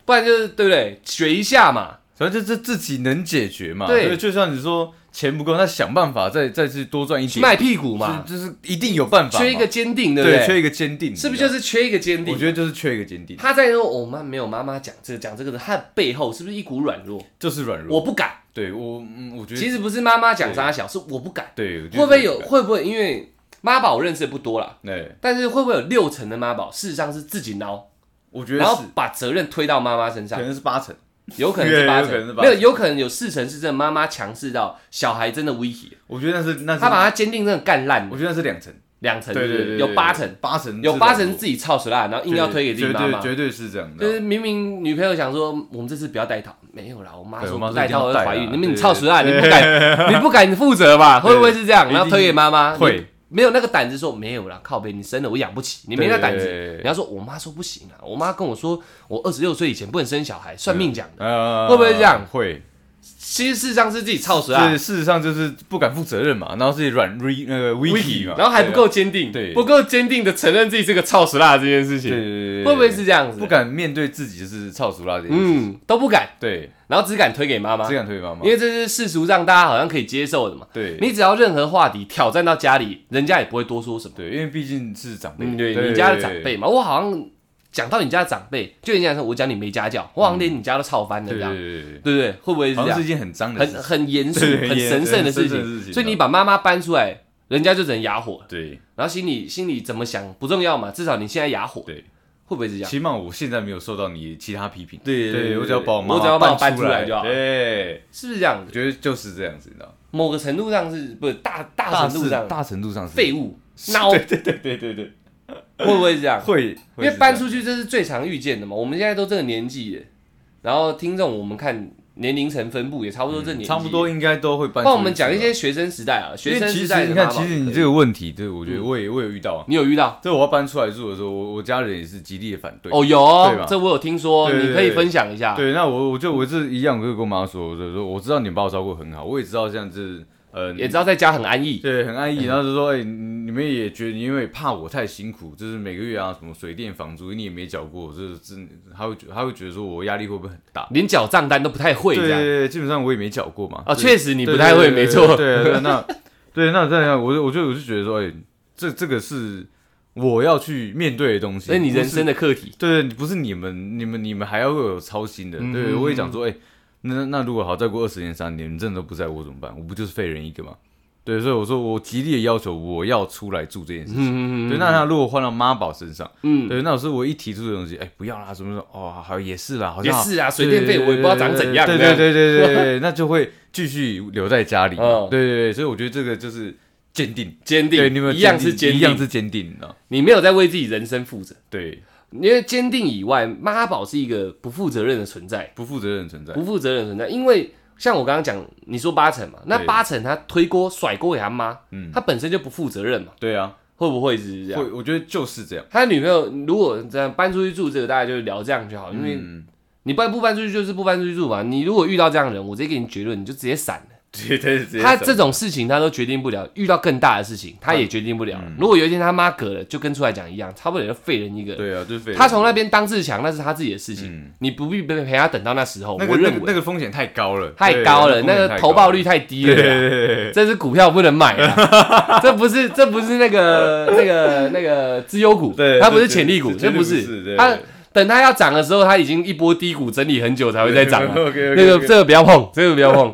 Speaker 1: 不然就是对不对？学一下嘛，
Speaker 2: 反正就这自己能解决嘛。
Speaker 1: 对
Speaker 2: 就像你说钱不够，那想办法再再去多赚一点
Speaker 1: 卖屁股嘛，
Speaker 2: 就就是一定有办法嘛。
Speaker 1: 缺一个坚定，对不
Speaker 2: 对，缺
Speaker 1: 对？
Speaker 2: 一个坚定，
Speaker 1: 是不是就是缺一个坚定？
Speaker 2: 我觉得就是缺一个坚定，
Speaker 1: 他在说我妈没有妈妈讲这个讲这个的，他的背后是不是一股软弱？
Speaker 2: 就是软弱。
Speaker 1: 我不敢，
Speaker 2: 对我，嗯我觉得
Speaker 1: 其实不是妈妈讲啥小，是我不敢。
Speaker 2: 对，我觉得
Speaker 1: 会不会有
Speaker 2: 这个？
Speaker 1: 会不会因为妈宝我认识的不多啦，
Speaker 2: 对，
Speaker 1: 但是会不会有六成的妈宝事实上是自己挠，
Speaker 2: 我觉得
Speaker 1: 然后
Speaker 2: 是，
Speaker 1: 把责任推到妈妈身
Speaker 2: 可
Speaker 1: 上？
Speaker 2: 能是八成。
Speaker 1: 有可能是八成，
Speaker 2: 有可能是八
Speaker 1: 没
Speaker 2: 成
Speaker 1: 有，有可能有四成是真的妈妈强势到小孩真的 w i k
Speaker 2: 我觉得那是那是，
Speaker 1: 他把他坚定真的干烂
Speaker 2: 我觉得那是两成，
Speaker 1: 两成，
Speaker 2: 对
Speaker 1: 是
Speaker 2: 对对
Speaker 1: 不
Speaker 2: 对
Speaker 1: 是
Speaker 2: 对
Speaker 1: 有八成，
Speaker 2: 八成
Speaker 1: 有八成是
Speaker 2: 是
Speaker 1: 自己操死啊烂，然后硬要推给自己妈妈，
Speaker 2: 绝对绝对是这样的。
Speaker 1: 就是明明女朋友想说我们这次不要带套，没有啦，我妈
Speaker 2: 对
Speaker 1: 说
Speaker 2: 我妈
Speaker 1: 不
Speaker 2: 说
Speaker 1: 带套
Speaker 2: 一定要
Speaker 1: 会
Speaker 2: 带啊
Speaker 1: 怀孕，你
Speaker 2: 对
Speaker 1: 们你
Speaker 2: 对
Speaker 1: 操死啊，你不 敢，你不敢负责吧？
Speaker 2: 对
Speaker 1: 会不会是这样？
Speaker 2: 一定
Speaker 1: 然后推给妈妈，
Speaker 2: 会
Speaker 1: 你没有那个胆子说没有啦，靠背你生了我养不起，你没那胆
Speaker 2: 对对对
Speaker 1: 子
Speaker 2: 对。
Speaker 1: 你要说我妈说不行啊，我妈跟我说我二十六岁以前不能生小孩，算命讲的。
Speaker 2: 呃
Speaker 1: 会不会这样
Speaker 2: 会，
Speaker 1: 其实事实上是自己操死
Speaker 2: 就是
Speaker 1: 啊。
Speaker 2: 事实上就是不敢负责任嘛，然后自己软 re 那个 wiki 嘛，
Speaker 1: 然后还不
Speaker 2: 对啊
Speaker 1: 够坚定，
Speaker 2: 对
Speaker 1: 不够坚定的承认自己是个操死辣这件事
Speaker 2: 啊对对
Speaker 1: 情，
Speaker 2: 对，对
Speaker 1: 会不会是这样子？
Speaker 2: 不，敢面对自己就是操俗啦这件事？
Speaker 1: 嗯，都不敢，
Speaker 2: 对，
Speaker 1: 然后只敢推给妈妈
Speaker 2: 只，敢推给妈妈
Speaker 1: 因，为这是世俗上大家好像可以接受的嘛。
Speaker 2: 对，
Speaker 1: 你只要任何话题挑战到家里，人家也不会多说什么。
Speaker 2: 对，因为毕竟是长辈，
Speaker 1: 嗯，对，你家的长辈
Speaker 2: 嘛，
Speaker 1: 嘛，我好像讲到你家的长辈，就人家说我讲你没家教，我好像连你家都操翻了
Speaker 2: 对
Speaker 1: 这
Speaker 2: 对
Speaker 1: 样，
Speaker 2: 对对
Speaker 1: 对不对？会不会是
Speaker 2: 好
Speaker 1: 这
Speaker 2: 像
Speaker 1: 样
Speaker 2: 是一？件很脏的
Speaker 1: 很
Speaker 2: 事情，
Speaker 1: 很严肃、
Speaker 2: 对很
Speaker 1: 很
Speaker 2: 严
Speaker 1: 神圣的
Speaker 2: 很
Speaker 1: 事
Speaker 2: 神圣的事
Speaker 1: 情，
Speaker 2: 情啊
Speaker 1: 所以你把妈妈搬出来，人家就只能哑火，
Speaker 2: 对
Speaker 1: 然后心里心里怎么想不重要嘛，至少你现在哑火，
Speaker 2: 对，
Speaker 1: 会不会是这样？
Speaker 2: 起码我现在没有受到你其他批评，
Speaker 1: 对对对
Speaker 2: 我只要把我妈
Speaker 1: 我只要把
Speaker 2: 妈
Speaker 1: 我搬
Speaker 2: 出
Speaker 1: 出来就好
Speaker 2: 对，
Speaker 1: 是不是这样
Speaker 2: 我
Speaker 1: 子？
Speaker 2: 觉得就是这样子，你知道吗，
Speaker 1: 某个程度上是不是大大程度上
Speaker 2: 大程度上是
Speaker 1: 废物孬，
Speaker 2: 对对对对对，
Speaker 1: 会不会是这样？
Speaker 2: 会，
Speaker 1: 因
Speaker 2: 会
Speaker 1: 为
Speaker 2: 是
Speaker 1: 搬
Speaker 2: 这样
Speaker 1: 出去这是最常遇见的嘛。我们现在都这个年纪了，然后听众我们看年龄层分布也差不多这年纪、
Speaker 2: 嗯差不多。应该都会搬。
Speaker 1: 帮我们讲一些，学生时代啊，
Speaker 2: 因
Speaker 1: 学
Speaker 2: 为
Speaker 1: 生
Speaker 2: 其
Speaker 1: 时
Speaker 2: 实
Speaker 1: 代的
Speaker 2: 你看，
Speaker 1: 妈妈
Speaker 2: 其实你
Speaker 1: 对
Speaker 2: 这个问题，对我觉得我也我有遇到啊，
Speaker 1: 你有遇到
Speaker 2: 这我要搬出来住的时候，我我家人也是极力的反对。
Speaker 1: 哦，有哦
Speaker 2: 对吧
Speaker 1: 这我有听说，
Speaker 2: 对对
Speaker 1: 你可以分享一下。
Speaker 2: 对，那我我就我是一样，我就跟我妈说，我就说我知道你把我照顾得很好，我也知道这样子，呃，
Speaker 1: 也知道在家很安逸，
Speaker 2: 对，很安逸。然后就说，哎、你们也觉得因为怕我太辛苦，就是每个月啊什么水电房租你也没缴过，就是真他会觉他会觉得说我压力会不会很大？
Speaker 1: 连缴账单都不太会
Speaker 2: 对
Speaker 1: 这
Speaker 2: 对
Speaker 1: 样。
Speaker 2: 对，基本上我也没缴过嘛。
Speaker 1: 哦，
Speaker 2: 对
Speaker 1: 确实你不太会，没错。
Speaker 2: 对对对对，那 对那这样，我就我就我就觉得说，哎、这这个是我要去面对的东西。
Speaker 1: 所以你
Speaker 2: 不是
Speaker 1: 人生的课题，
Speaker 2: 对，不是你们，你们你们还要会有操心的。
Speaker 1: 嗯
Speaker 2: 对，我也讲说，哎、那那如果好，再过二十年、三十年，你真的都不在我怎么办？我不就是废人一个吗？对，所以我说我极力的要求我要出来住这件事情。
Speaker 1: 嗯嗯嗯
Speaker 2: 对，那他如果换到妈宝身上，
Speaker 1: 嗯，
Speaker 2: 对，那我是我一提出这东西，哎、不要啦，什么什么，哦，好也是啦，好
Speaker 1: 也
Speaker 2: 像
Speaker 1: 是啊，水电费我也不知道长怎样。这
Speaker 2: 对对
Speaker 1: 样，
Speaker 2: 对对对对，那就会继续留在家里。
Speaker 1: 嗯
Speaker 2: 对对对，所以我觉得这个就是坚定，
Speaker 1: 坚
Speaker 2: 对，你们
Speaker 1: 定，一样是坚
Speaker 2: 一样
Speaker 1: 定，
Speaker 2: 是坚定的。
Speaker 1: 你没有在为自己人生负责。
Speaker 2: 对，
Speaker 1: 因为坚定以外，妈宝是一个不负责任的存在，
Speaker 2: 不负责任存在。
Speaker 1: 不负责任的存在。因为像我刚刚讲，你说八成嘛，那
Speaker 2: 对
Speaker 1: 八成他推锅甩锅给他妈，
Speaker 2: 嗯
Speaker 1: 他本身就不负责任嘛，
Speaker 2: 对啊，
Speaker 1: 会不会是这样？
Speaker 2: 会，我觉得就是这样。
Speaker 1: 他女朋友如果这样搬出去住，这个大家就聊这样就好，因为
Speaker 2: 嗯，
Speaker 1: 你搬不搬出去就是不搬出去住嘛。你如果遇到这样的人，我直接给你结论，你就直接闪了。
Speaker 2: 绝对是直接
Speaker 1: 他
Speaker 2: 走
Speaker 1: 这种事情他都决定不了，遇到更大的事情他也决定不了。
Speaker 2: 嗯
Speaker 1: 如果有一天他妈嗝了，就跟出来讲一样，差不多也是废人一个。
Speaker 2: 对啊，就是废人
Speaker 1: 他从那边当自强，那是他自己的事情，
Speaker 2: 嗯
Speaker 1: 你不必陪陪他等到那时候。
Speaker 2: 那个
Speaker 1: 我
Speaker 2: 那
Speaker 1: 认
Speaker 2: 个
Speaker 1: 为、
Speaker 2: 那个风险太高了，
Speaker 1: 太高了，那
Speaker 2: 对
Speaker 1: 个投报率太低
Speaker 2: 对
Speaker 1: 了
Speaker 2: 对
Speaker 1: 啦，
Speaker 2: 对对对
Speaker 1: 这是股票不能买啊，这不是这不是那个那个那个资优股
Speaker 2: 对，，
Speaker 1: 它不是潜力股，这
Speaker 2: 这
Speaker 1: 不
Speaker 2: 是
Speaker 1: 是它。等它要涨的时候，它已经一波低谷整理很久才会再涨 啊。那个这个不要碰，这个不要碰。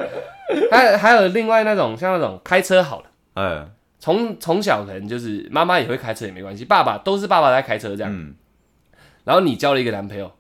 Speaker 1: 还还有另外那种像那种开车好了，
Speaker 2: 哎
Speaker 1: 从从小可能就是妈妈也会开车也没关系，爸爸都是爸爸在开车这样。
Speaker 2: 嗯
Speaker 1: 然后你交了一个男朋友，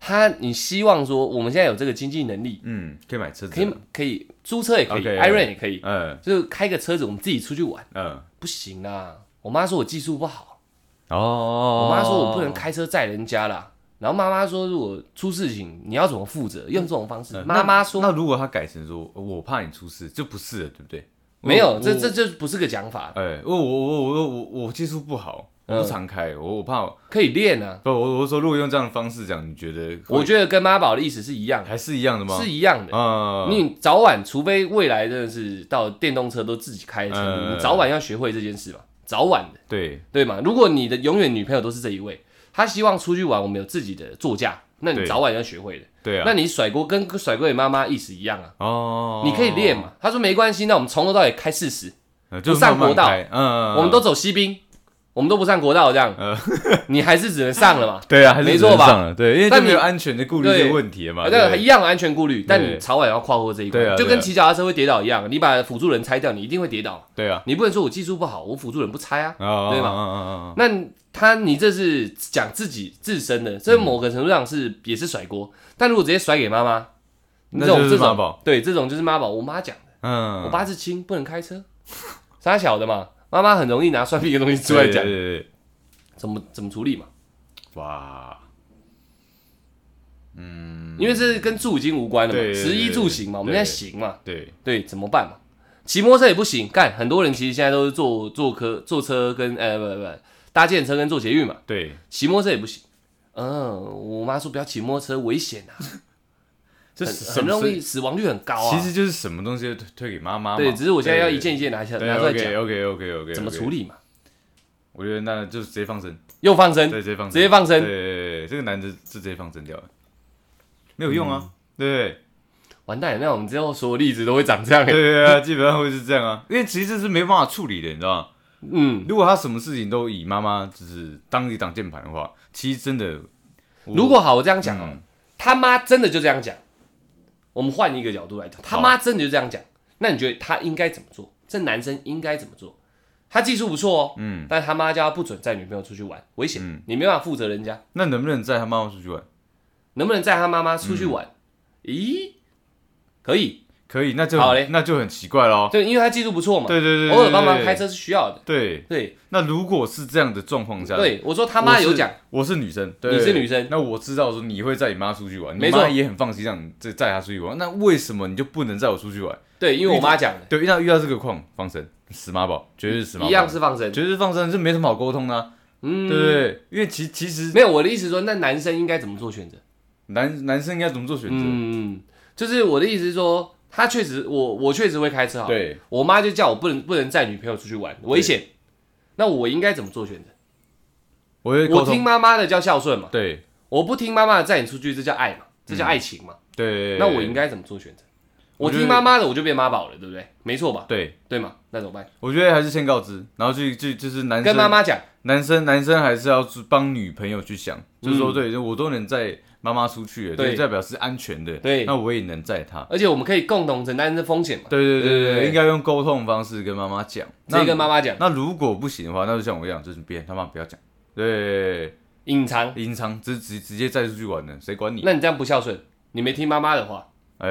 Speaker 1: 他你希望说我们现在有这个经济能力，
Speaker 2: 嗯，可以买车子，
Speaker 1: 可以可以租车也可以
Speaker 2: OK，
Speaker 1: i r o n 也可以，
Speaker 2: 嗯
Speaker 1: 就是开个车子我们自己出去玩，
Speaker 2: 嗯
Speaker 1: 不行啊啦。我妈说我技术不好，
Speaker 2: 哦，
Speaker 1: 我妈说我不能开车载人家啦，然后妈妈说，如果出事情，你要怎么负责？用这种方式
Speaker 2: 呃，
Speaker 1: 妈妈说
Speaker 2: 那，那如果他改成说我怕你出事，就不是了，对不对？
Speaker 1: 没有，
Speaker 2: 我
Speaker 1: 这这就不是个讲法，
Speaker 2: 哎，我我我我我我技术不好，我
Speaker 1: 嗯
Speaker 2: 不常开，我我怕我
Speaker 1: 可以练啊。
Speaker 2: 不我我是说，如果用这样的方式讲，你觉得
Speaker 1: 我
Speaker 2: 觉
Speaker 1: 觉得跟妈宝的意思是一样的，
Speaker 2: 还是一样的吗？
Speaker 1: 是一样的。
Speaker 2: 啊，
Speaker 1: 你早晚，除非未来真的是到电动车都自己开的程度，
Speaker 2: 嗯
Speaker 1: 你早晚要学会这件事嘛，早晚的，
Speaker 2: 对
Speaker 1: 对吗？如果你的永远女朋友都是这一位，她希望出去玩，我们有自己的座驾，那你
Speaker 2: 对
Speaker 1: 早晚要学会的。
Speaker 2: 对
Speaker 1: 那
Speaker 2: 啊，
Speaker 1: 你甩锅跟甩锅给妈妈意思一样啊，
Speaker 2: 哦，
Speaker 1: 你可以练嘛。她说没关系，那我们从头到尾开四十，
Speaker 2: 呃，就
Speaker 1: 不
Speaker 2: 是
Speaker 1: 上
Speaker 2: 慢慢
Speaker 1: 国道
Speaker 2: 开，嗯，
Speaker 1: 我们都走西滨，我们都不上国道这样， 你还是只能上了 嘛。
Speaker 2: 对啊，还是
Speaker 1: 没错吧
Speaker 2: 人上了？对，因为
Speaker 1: 但
Speaker 2: 就
Speaker 1: 你
Speaker 2: 没有安全的顾虑这个问题了嘛。
Speaker 1: 反正
Speaker 2: 啊对
Speaker 1: 一样的安全顾虑，但
Speaker 2: 对
Speaker 1: 你早晚要跨过这一
Speaker 2: 对啊
Speaker 1: 关，
Speaker 2: 对啊
Speaker 1: 就跟骑脚踏车会跌倒一样，你把辅助人拆掉，你一定会跌倒。
Speaker 2: 对啊，
Speaker 1: 你不能说我技术不好，我辅助人不拆啊。
Speaker 2: 啊，
Speaker 1: 对吧
Speaker 2: 吧？嗯嗯嗯
Speaker 1: 那他你这是讲自己自身的，这某个程度上是、也是甩锅，但如果直接甩给妈妈，
Speaker 2: 嗯那
Speaker 1: 这种
Speaker 2: 就是
Speaker 1: 这
Speaker 2: 妈宝
Speaker 1: 种对这种就是妈宝。我妈讲的，
Speaker 2: 嗯，
Speaker 1: 我爸是亲，不能开车，傻小的嘛，妈妈很容易拿算命的东西出来
Speaker 2: 对
Speaker 1: 讲，
Speaker 2: 对对对
Speaker 1: 怎么怎么处理嘛？
Speaker 2: 哇，
Speaker 1: 因为这跟住已经无关了嘛
Speaker 2: 嗯对，对对
Speaker 1: 食衣住行嘛，我们现
Speaker 2: 对
Speaker 1: 在行嘛，
Speaker 2: 对
Speaker 1: 对，怎么办嘛？骑摩托车也不行，干很多人其实现在都是坐坐车坐车跟呃不不不搭建车跟坐捷运嘛，
Speaker 2: 对，
Speaker 1: 骑摩托车也不行。嗯，我妈说不要骑摩托车，危险啊，
Speaker 2: 这
Speaker 1: 很
Speaker 2: 是
Speaker 1: 很容易
Speaker 2: 什
Speaker 1: 死亡率很高
Speaker 2: 么。
Speaker 1: 啊。
Speaker 2: 其实就是什么东西都推推给妈妈嘛。
Speaker 1: 对，只是我现在要一
Speaker 2: 对
Speaker 1: 件一件拿下
Speaker 2: 对
Speaker 1: 拿出来
Speaker 2: ，OK
Speaker 1: 讲，
Speaker 2: OK OK OK，
Speaker 1: 怎么处
Speaker 2: 理？
Speaker 1: 理嘛？
Speaker 2: 我觉得那就直接放生，
Speaker 1: 又放生，
Speaker 2: 对，直接放生，
Speaker 1: 直接放
Speaker 2: 对
Speaker 1: 生，
Speaker 2: 对对，对这个男的是直接放生掉了，没有用啊。对
Speaker 1: 完蛋！那我们之后所有例子都会长这样
Speaker 2: 对
Speaker 1: 欸。
Speaker 2: 对对，基本上会是这样啊，因为其实这是没办法处理的，你知道吗？
Speaker 1: 嗯，
Speaker 2: 如果他什么事情都以妈妈就是当一挡键盘的话，其实真的，我
Speaker 1: 如果好，我这样讲哦
Speaker 2: 嗯，
Speaker 1: 他妈真的就这样讲，我们换一个角度来讲，他妈真的就这样讲，那你觉得他应该怎么做？这男生应该怎么做？他技术不错哦，嗯，但他妈叫他不准载女朋友出去玩，危
Speaker 2: 嗯
Speaker 1: 险，你没办法负责人家。
Speaker 2: 那能不能载他妈妈出去玩？
Speaker 1: 能不能载他妈妈出去玩？
Speaker 2: 嗯
Speaker 1: 咦，可以，
Speaker 2: 可以，那就
Speaker 1: 好嘞
Speaker 2: 那就很奇怪喽。
Speaker 1: 对，因为他技术不错嘛，
Speaker 2: 对对对，
Speaker 1: 偶尔帮忙
Speaker 2: 对
Speaker 1: 开。车是需要的。
Speaker 2: 对，
Speaker 1: 对
Speaker 2: 那如果是这样的状况下，，
Speaker 1: 对，我说他妈有讲，，
Speaker 2: 我是女生，对
Speaker 1: 你是女生
Speaker 2: 那我知道说你会载你妈出去玩，你
Speaker 1: 没错
Speaker 2: 妈也很放心让你再载她出去玩，那为什么你就不能载我出去玩？
Speaker 1: 对，因为我妈讲的，
Speaker 2: 对，遇到遇到这个况，放生，死妈宝，绝对是死妈宝，
Speaker 1: 一样是放生。
Speaker 2: 绝对是放生，这没什么好沟通的啊、对不
Speaker 1: 嗯，
Speaker 2: 对？因为其其实
Speaker 1: 没有我的意思说，那男生应该怎么做选择？
Speaker 2: 男男生应该怎么做选择？
Speaker 1: 嗯，就是我的意思是说，他确实，我我确实会开车好，，
Speaker 2: 对，
Speaker 1: 我妈就叫我不能不能载女朋友出去玩，危险。那我应该怎么做选择？
Speaker 2: 我会沟
Speaker 1: 我听
Speaker 2: 通，
Speaker 1: 妈妈的叫孝顺嘛，
Speaker 2: 对
Speaker 1: 我不听妈妈的载你出去，这叫爱嘛，这叫爱情嘛。
Speaker 2: 嗯对，
Speaker 1: 那我应该怎么做选择？
Speaker 2: 我
Speaker 1: 我
Speaker 2: 觉得
Speaker 1: 听妈妈的，我就变妈宝了，对不对？没错吧？
Speaker 2: 对。
Speaker 1: 对嘛？那怎么办？
Speaker 2: 我觉得还是先告知，然后就就就是男生
Speaker 1: 跟妈妈讲，
Speaker 2: 男生男生还是要帮女朋友去想，就是说，对，我都能载妈妈出去了，
Speaker 1: 对
Speaker 2: 对，代表是安全的，
Speaker 1: 对
Speaker 2: 那我也能载她。
Speaker 1: 而且我们可以共同承担这风险嘛。
Speaker 2: 对对对
Speaker 1: 对
Speaker 2: 对
Speaker 1: 对
Speaker 2: 对，
Speaker 1: 对
Speaker 2: 应该用沟通方式跟妈妈讲，
Speaker 1: 直接跟妈妈讲，
Speaker 2: 那如果不行的话，那就像我一样，就是别他妈不要讲，对，
Speaker 1: 隐藏。
Speaker 2: 隐藏直直直接载出去玩了，谁管你？
Speaker 1: 那你这样不孝顺，你没听妈妈的话，
Speaker 2: 哎，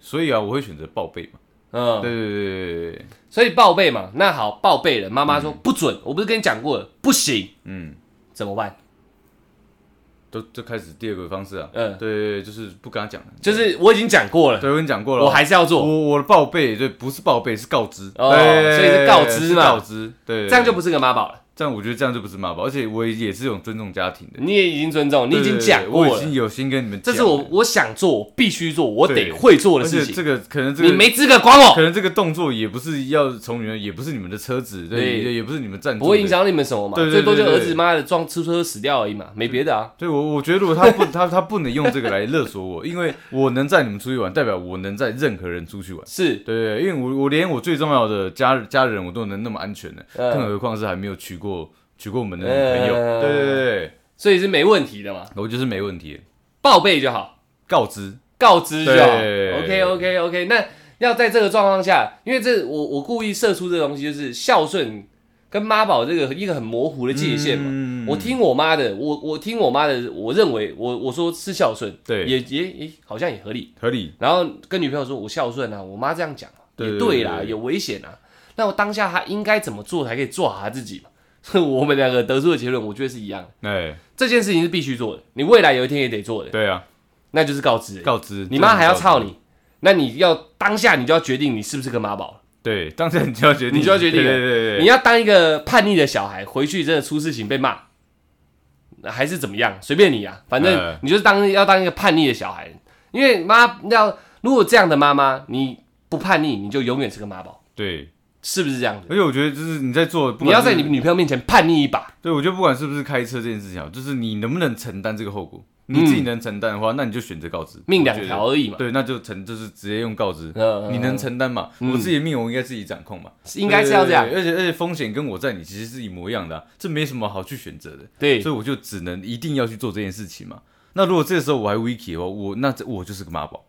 Speaker 2: 所以啊，我会选择报备嘛，
Speaker 1: 嗯，
Speaker 2: 对对对对对，
Speaker 1: 所以报备嘛，那好，报备了。妈妈说、不准，我不是跟你讲过了，不行，
Speaker 2: 嗯，
Speaker 1: 怎么办？
Speaker 2: 都就开始第二个方式啊，
Speaker 1: 嗯
Speaker 2: 对对对，就是不跟他讲了，
Speaker 1: 就是我已经讲过了，
Speaker 2: 对，我跟你讲过了，
Speaker 1: 我还是要做，
Speaker 2: 我我的报备对，不是报备是告知
Speaker 1: 哦
Speaker 2: 对
Speaker 1: 所以是告知嘛
Speaker 2: 是告知对，
Speaker 1: 这样就不是个妈宝了。
Speaker 2: 这样，我觉得这样就不是妈宝，而且我也是一种尊重家庭的，
Speaker 1: 你也已经尊重，你已经讲过
Speaker 2: 对
Speaker 1: 了
Speaker 2: 对对我已经，有心跟你们讲
Speaker 1: 这
Speaker 2: 了，
Speaker 1: 是我我想做，我必须做，我
Speaker 2: 对
Speaker 1: 得会做的
Speaker 2: 而且
Speaker 1: 事情，
Speaker 2: 这个可能这
Speaker 1: 你
Speaker 2: 个
Speaker 1: 没资格管我
Speaker 2: 可。能这个动作也不是要从你们，也不是你们的车子，对，
Speaker 1: 对
Speaker 2: 也也不是你们赞助，
Speaker 1: 不会影。响你们什么嘛？
Speaker 2: 对对
Speaker 1: 最
Speaker 2: 对
Speaker 1: 多就
Speaker 2: 对对
Speaker 1: 儿子妈的撞出车死掉而已嘛，没别的啊。
Speaker 2: 对我，我觉得如果他不，他他不能用这个来勒索我，因为我能载你们出去玩，代表我能载任何人出去玩。
Speaker 1: 是，
Speaker 2: 对，因为我我连我最重要的家家人我都能那么安全的，
Speaker 1: 嗯
Speaker 2: 更何况是还没有娶过娶过门的女朋友。
Speaker 1: 嗯
Speaker 2: 对对对，
Speaker 1: 所以是没问题的嘛，
Speaker 2: 我就是没问题，
Speaker 1: 报备就好，
Speaker 2: 告知。
Speaker 1: 告知就好。
Speaker 2: 对
Speaker 1: OK OK OK，那要在这个状况下，因为这我我故意设出这个东西，就是孝顺跟妈宝这个一个很模糊的界限嘛。
Speaker 2: 嗯
Speaker 1: 我听我妈的，我我听我妈的，我认为我我说是孝顺，
Speaker 2: 对
Speaker 1: 也也也好像也合理。
Speaker 2: 合理，
Speaker 1: 然后跟女朋友说我孝顺啊，我妈这样讲嘛
Speaker 2: 对
Speaker 1: 也
Speaker 2: 对
Speaker 1: 对啦，
Speaker 2: 对
Speaker 1: 有危险啊。那我当下她应该怎么做才可以做好她自己嘛？ 我们两个得出的结论，我觉得是一样的。
Speaker 2: 哎，
Speaker 1: 这件事情是必须做的，你未来有一天也得做的，
Speaker 2: 对啊，
Speaker 1: 那就是告知而已。
Speaker 2: 告知
Speaker 1: 你妈还要操
Speaker 2: 操，
Speaker 1: 你，那你要当下你就要决定你是不是个妈宝了。
Speaker 2: 对，当下你就要决定，
Speaker 1: 你就要决定了啊
Speaker 2: 对对对对，
Speaker 1: 你要当一个叛逆的小孩，回去真的出事情被骂，还是怎么样，随便你啊，反正
Speaker 2: 嗯
Speaker 1: 你就是当要当一个叛逆的小孩，因为妈要如果这样的妈妈你不叛逆，你就永远是个妈宝，
Speaker 2: 对，
Speaker 1: 是不是这样子？
Speaker 2: 而且我觉得就是你在做，不
Speaker 1: 你
Speaker 2: 管
Speaker 1: 要在
Speaker 2: 是
Speaker 1: 你女朋友面前叛逆一把，
Speaker 2: 对，我觉得不管是不是开车这件事情啊，就是你能不能承担这个后果，你自己能承担的话，那你就选择告知，
Speaker 1: 嗯命两
Speaker 2: 我觉得
Speaker 1: 条而已嘛，
Speaker 2: 对，那就承就是直接用告知，
Speaker 1: 嗯
Speaker 2: 你能承担嘛？
Speaker 1: 嗯
Speaker 2: 我自己的命我应该自己掌控嘛，
Speaker 1: 应该是要这样
Speaker 2: 对，对对而且而且风险跟我在你其实是一模一样的啊、这没什么好去选择的，
Speaker 1: 对
Speaker 2: 所以我就只能一定要去做这件事情嘛。那如果这时候我还 wiki 的话，我那这我就是个妈宝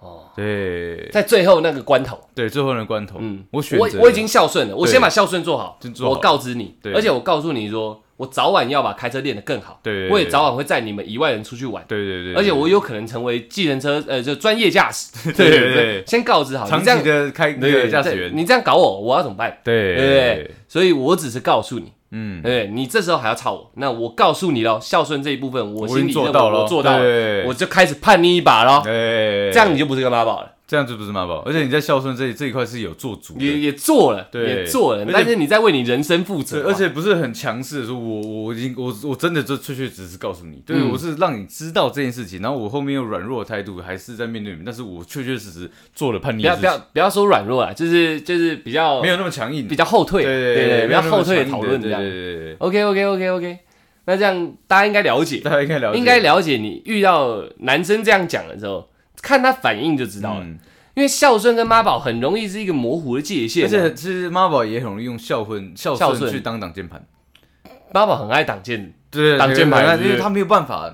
Speaker 1: 哦。
Speaker 2: 对
Speaker 1: 在最后那个关头，
Speaker 2: 对，最后的关头，
Speaker 1: 嗯
Speaker 2: 我选
Speaker 1: 我
Speaker 2: 择
Speaker 1: 我已经孝顺了，我
Speaker 2: 对
Speaker 1: 先把孝顺做好
Speaker 2: 就，做好
Speaker 1: 我告知你，
Speaker 2: 对
Speaker 1: 而且我告诉你说，我早晚要把开车练得更好，
Speaker 2: 对对对
Speaker 1: 我也早晚会载你们以外人出去玩。
Speaker 2: 对对对，
Speaker 1: 而且我有可能成为计程车呃，就专业驾驶。
Speaker 2: 对对对
Speaker 1: 先告知好，
Speaker 2: 长
Speaker 1: 你这样
Speaker 2: 期的开那个
Speaker 1: 对
Speaker 2: 驾驶
Speaker 1: 对
Speaker 2: 员，
Speaker 1: 你这样搞我，我要怎么办？对
Speaker 2: 对
Speaker 1: 不对，所以我只是告诉你，
Speaker 2: 嗯，
Speaker 1: 对你这时候还要操我，那我告诉你了，孝顺这一部分我
Speaker 2: 我已
Speaker 1: 心
Speaker 2: 经
Speaker 1: 里认
Speaker 2: 做
Speaker 1: 为
Speaker 2: 到了，
Speaker 1: 我做到了，
Speaker 2: 对
Speaker 1: 我就开始叛逆一把咯。
Speaker 2: 哎，
Speaker 1: 这样你就不是个妈宝了，
Speaker 2: 这样就不是妈宝，而且你在孝顺这一这一块是有做足
Speaker 1: 也
Speaker 2: 的，
Speaker 1: 也做了，
Speaker 2: 对
Speaker 1: 也做了
Speaker 2: 而，且
Speaker 1: 但是你在为你人生负责
Speaker 2: 对，
Speaker 1: 嘛，
Speaker 2: 而且不是很强势的说，我我已经我我真的就确确实实告诉你，对、
Speaker 1: 嗯
Speaker 2: 我是让你知道这件事情，然后我后面用软弱的态度还是在面对你，但是我确确实实做了叛逆
Speaker 1: 不
Speaker 2: 的
Speaker 1: 要
Speaker 2: 事
Speaker 1: 不要
Speaker 2: 情，
Speaker 1: 不要说软弱啊，就是就是比较
Speaker 2: 没有那么强硬，
Speaker 1: 比较后退，
Speaker 2: 对对
Speaker 1: 对比
Speaker 2: 没
Speaker 1: 较
Speaker 2: 有那么
Speaker 1: 后退
Speaker 2: 强硬的
Speaker 1: 讨论这
Speaker 2: 对
Speaker 1: 样
Speaker 2: 对。对对对
Speaker 1: OK OK OK OK，那这样大家应该了解
Speaker 2: 大，家应该了解，
Speaker 1: 应该了解你遇到男生这样讲的时候，看他反应就知道了。
Speaker 2: 嗯
Speaker 1: 因为孝顺跟妈宝很容易是一个模糊的界限、
Speaker 2: 而
Speaker 1: 啊，
Speaker 2: 且其实妈宝也很容易用孝顺孝
Speaker 1: 孝
Speaker 2: 顺
Speaker 1: 顺
Speaker 2: 去当挡箭盘，
Speaker 1: 妈宝很爱挡箭，
Speaker 2: 对
Speaker 1: 挡箭牌
Speaker 2: 因
Speaker 1: 对
Speaker 2: 为他没有办法